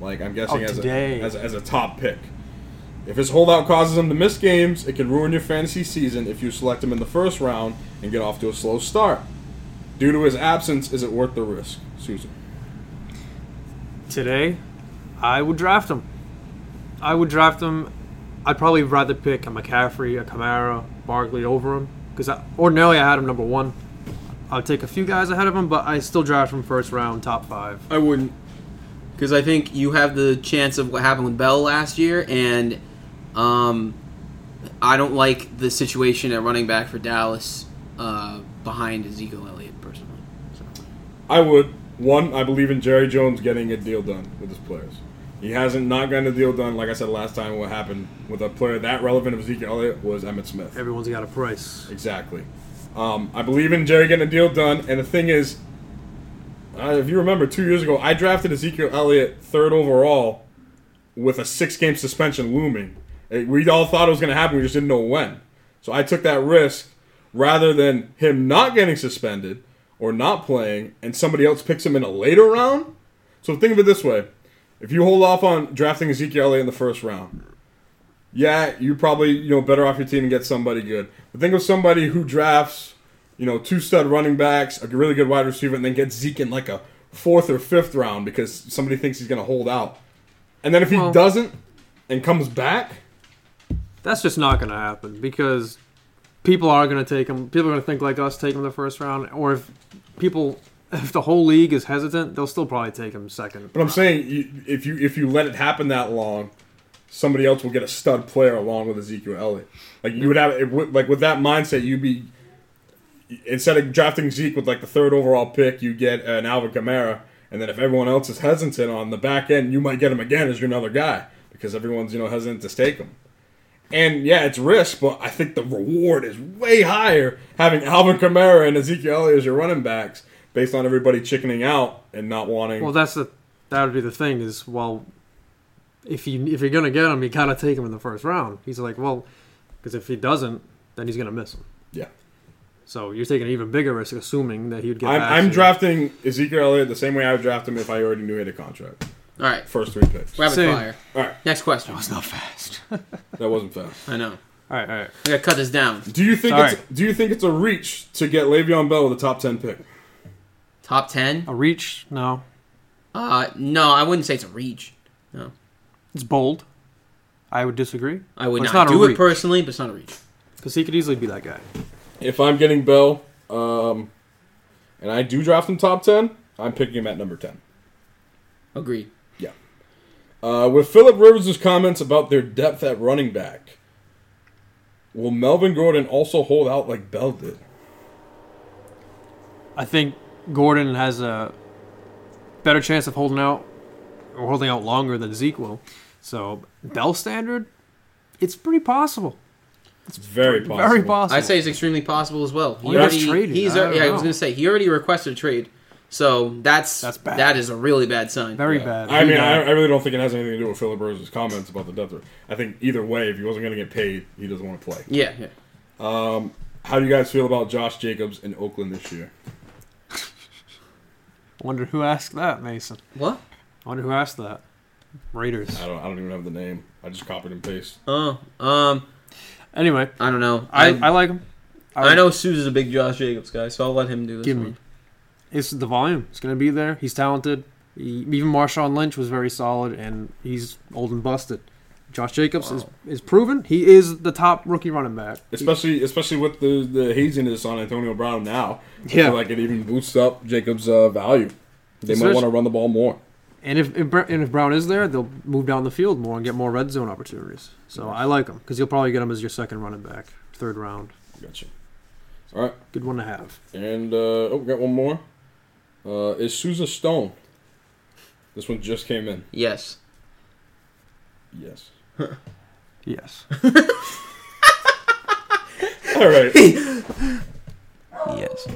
Like I'm guessing Oh, as, a, today. as a as a top pick. If his holdout causes him to miss games, it can ruin your fantasy season if you select him in the first round and get off to a slow start. Due to his absence, is it worth the risk? Susan. Today, I would draft him. I would draft him. I'd probably rather pick a McCaffrey, a Kamara, Barkley over him because ordinarily I had him number one. I'd take a few guys ahead of him, but I still draft him first round, top five. I wouldn't. Because I think you have the chance of what happened with Bell last year, and um, I don't like the situation at running back for Dallas uh, behind Ezekiel Elliott, personally. I would. One, I believe in Jerry Jones getting a deal done with his players. He hasn't not gotten a deal done. Like I said last time, what happened with a player that relevant of Ezekiel Elliott was Emmett Smith. Everyone's got a price. Exactly. Um, I believe in Jerry getting a deal done. And the thing is, uh, if you remember, two years ago, I drafted Ezekiel Elliott third overall with a six game suspension looming. It- we all thought it was going to happen, we just didn't know when. So I took that risk rather than him not getting suspended or not playing and somebody else picks him in a later round. So think of it this way if you hold off on drafting Ezekiel Elliott in the first round, yeah, you probably you know better off your team and get somebody good. But think of somebody who drafts, you know, two stud running backs, a really good wide receiver, and then gets Zeke in like a fourth or fifth round because somebody thinks he's going to hold out. And then if he Well- doesn't and comes back, That's just not going to happen because people are going to take him. People are going to think like us, take him the first round. Or if people, [laughs] if the whole league is hesitant, they'll still probably take him second. but I'm saying you, if you if you let it happen that long, somebody else will get a stud player along with Ezekiel Elliott. Like you would have it would, like with that mindset, you'd be instead of drafting Zeke with like the third overall pick, you get an Alvin Kamara, and then if everyone else is hesitant on the back end, you might get him again as your another guy because everyone's you know hesitant to stake him. And yeah, it's risk, but I think the reward is way higher having Alvin Kamara and Ezekiel Elliott as your running backs based on everybody chickening out and not wanting. Well, that's the that would be the thing is well, if you if you're gonna get him, you gotta take him in the first round. He's like, well, because if he doesn't, then he's gonna miss him. yeah. So you're taking an even bigger risk, assuming that he'd get. I'm, back I'm to you. drafting Ezekiel Elliott the same way I would draft him if I already knew he had a contract. All right, First three picks. rapid Same. fire. All right, Next question. It's not fast. all that wasn't fast. I know. right, all right. I gotta cut this down. Do you think All it's do you think it's a reach to get Le'Veon Bell with a top ten pick? Top 10? A reach? No, Uh, no, I wouldn't say it's a reach. No. it's bold. I would disagree I would But it's not, not a do it reach. personally, but it's not a reach. because he could easily be that guy. If I'm getting Bell, um, and I do draft him top ten, I'm picking him at number ten. Agreed. Yeah. Uh, with Philip Rivers' comments about their depth at running back, will Melvin Gordon also hold out like Bell did? I think Gordon has a better chance of holding out or holding out longer than Zeke will. So Bell standard, it's pretty possible. It's very possible. Very possible. I'd say it's extremely possible as well. He Well, he already, was traded. He's I already, yeah, I don't was know. gonna say he already requested a trade, so that's That's bad. That is a really bad sign. Very Yeah. bad. I mean, Very I, bad. I really don't think it has anything to do with Philip Rivers' comments about the depth. chart. I think either way, if he wasn't going to get paid, he doesn't want to play. yeah, yeah. How do you guys feel about Josh Jacobs in Oakland this year? wonder who asked that, Mason. What? wonder who asked that. Raiders. I don't. I don't even have the name. I just copied and pasted. Oh, um, Anyway, I don't know. I, I, I like him. I know Sue's a big Josh Jacobs guy, so I'll let him do this Give one. me. It's the volume. It's going to be there. He's talented. He, even Marshawn Lynch was very solid, and he's old and busted. Josh Jacobs is, Wow. is proven. He is the top rookie running back. Especially, especially with the the haziness on Antonio Brown now. I Yeah. feel like it even boosts up Jacobs' uh, value. They might Especially- want to run the ball more. And if, if Br- and if Brown is there, they'll move down the field more and get more red zone opportunities. So I like him because you'll probably get him as your second running back, third round. Gotcha. All right, Good one to have. and uh, oh, we got one more. Uh, is Sousa Stone? This one just came in. Yes. Yes. Yes. All right. Yes.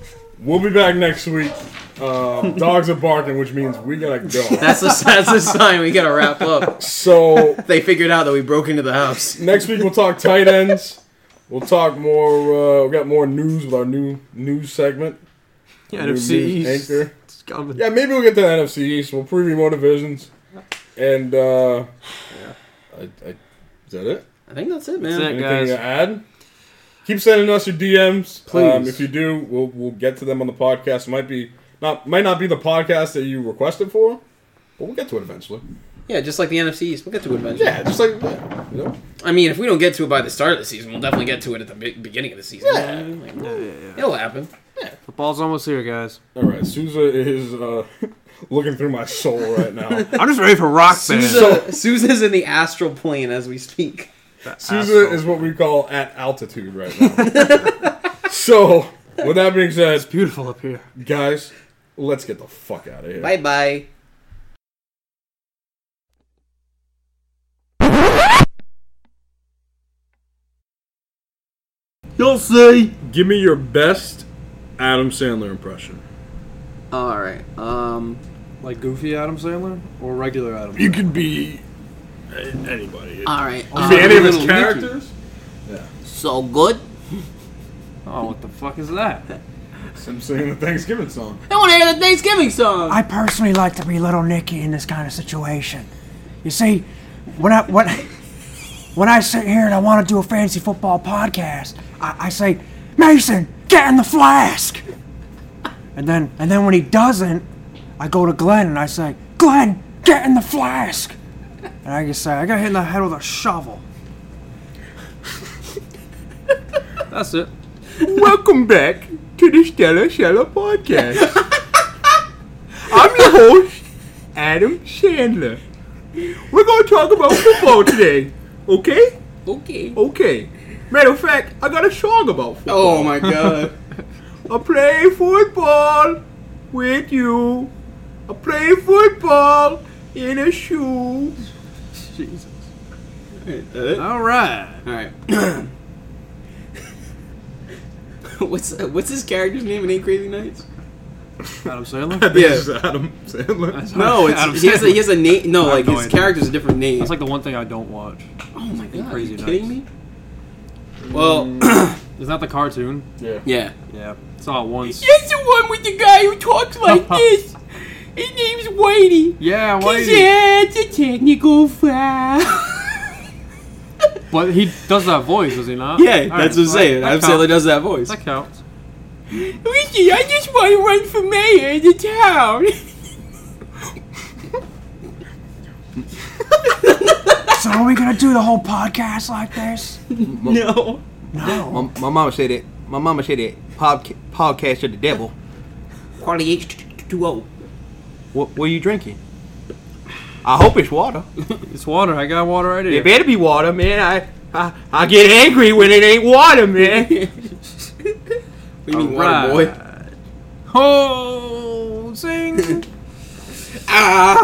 We'll be back next week. Um, dogs are barking, which means we gotta go. That's the that's the sign we gotta wrap up. So They figured out that we broke into the [laughs] house. next week we'll talk tight ends. We'll talk more. Uh, we got more news with our new news segment. [laughs] Yeah, Our new news NFC East. anchor. It's coming. Yeah, maybe we'll get to the NFC East. We'll preview more divisions, and uh, I, I Is that it? I think that's it, man. That's it. Anything guys. to add? Keep sending us your DMs. Um, Please. if you do, we'll we'll get to them on the podcast. Might be not might not be the podcast that you requested for, but we'll get to it eventually. Yeah, just like the NFC East, we'll get to it eventually. Yeah, just like yeah, you know. I mean, if we don't get to it by the start of the season, we'll definitely get to it at the be- beginning of the season. Yeah. Like, It'll happen. Football's almost here, guys. All right, Souza is uh, [laughs] looking through my soul [laughs] right now. I'm just ready for rock band. Sousa, Sousa's in the astral plane as we speak. Souza is what we call at altitude right now. [laughs] so, with that being said, beautiful up here. guys, let's get the fuck out of here. Bye bye. You'll see. Give me your best Adam Sandler impression. All right. Um. Like Goofy Adam Sandler or regular Adam? You could be a- anybody. All right. You um, could be any of his Little characters. So good. Oh, what the fuck is that? It's him singing the Thanksgiving song. I want to hear the Thanksgiving song. I personally like to be little Nicky in this kind of situation. You see, when I when when I sit here and I want to do a fantasy football podcast, I, I say, Mason, get in the flask. And then and then when he doesn't, I go to Glenn and I say, Glenn, get in the flask. And I just say, I got hit in the head with a shovel. That's it. Welcome back to the Stella Shella podcast. [laughs] I'm your host, Adam Sandler. We're going to talk about football today, okay? Okay. Okay. Matter of fact, I got a song about football. Oh my [laughs] god. I play football with you. I play football in a shoe. Jesus. All All right. right. [laughs] what's what's his character's name in Eight Crazy Nights? Adam [laughs] Sandler. Yeah. This is Adam Sandler. No, it's, he has a, he has a name. No, I have like no his idea. character's a different name. That's like the one thing I don't watch. oh my god, are Crazy you kidding Nights. me? Well, Is that the cartoon? Yeah. [clears throat] yeah. Yeah. Saw it once. That's the one with the guy who talks [laughs] like this. His name's Whitey. Yeah. Why? Yeah, it's a technical [laughs] foul. But he does that voice, does he not? yeah, All that's right, what I'm saying. that Adam counts. Sandler does that voice. That counts. Ricky, I just want to run for mayor in the town. So are we gonna do the whole podcast like this? [laughs] no. No. My, my mama said it. My mama said it. Podca- podcast of the devil. Quality H2O. What, what are you drinking? I hope it's water. It's water. I got water right here. It better be water, man. I, I I get angry when it ain't water, man. What do you mean, water Alright. boy? [laughs] Oh, sing. Ah!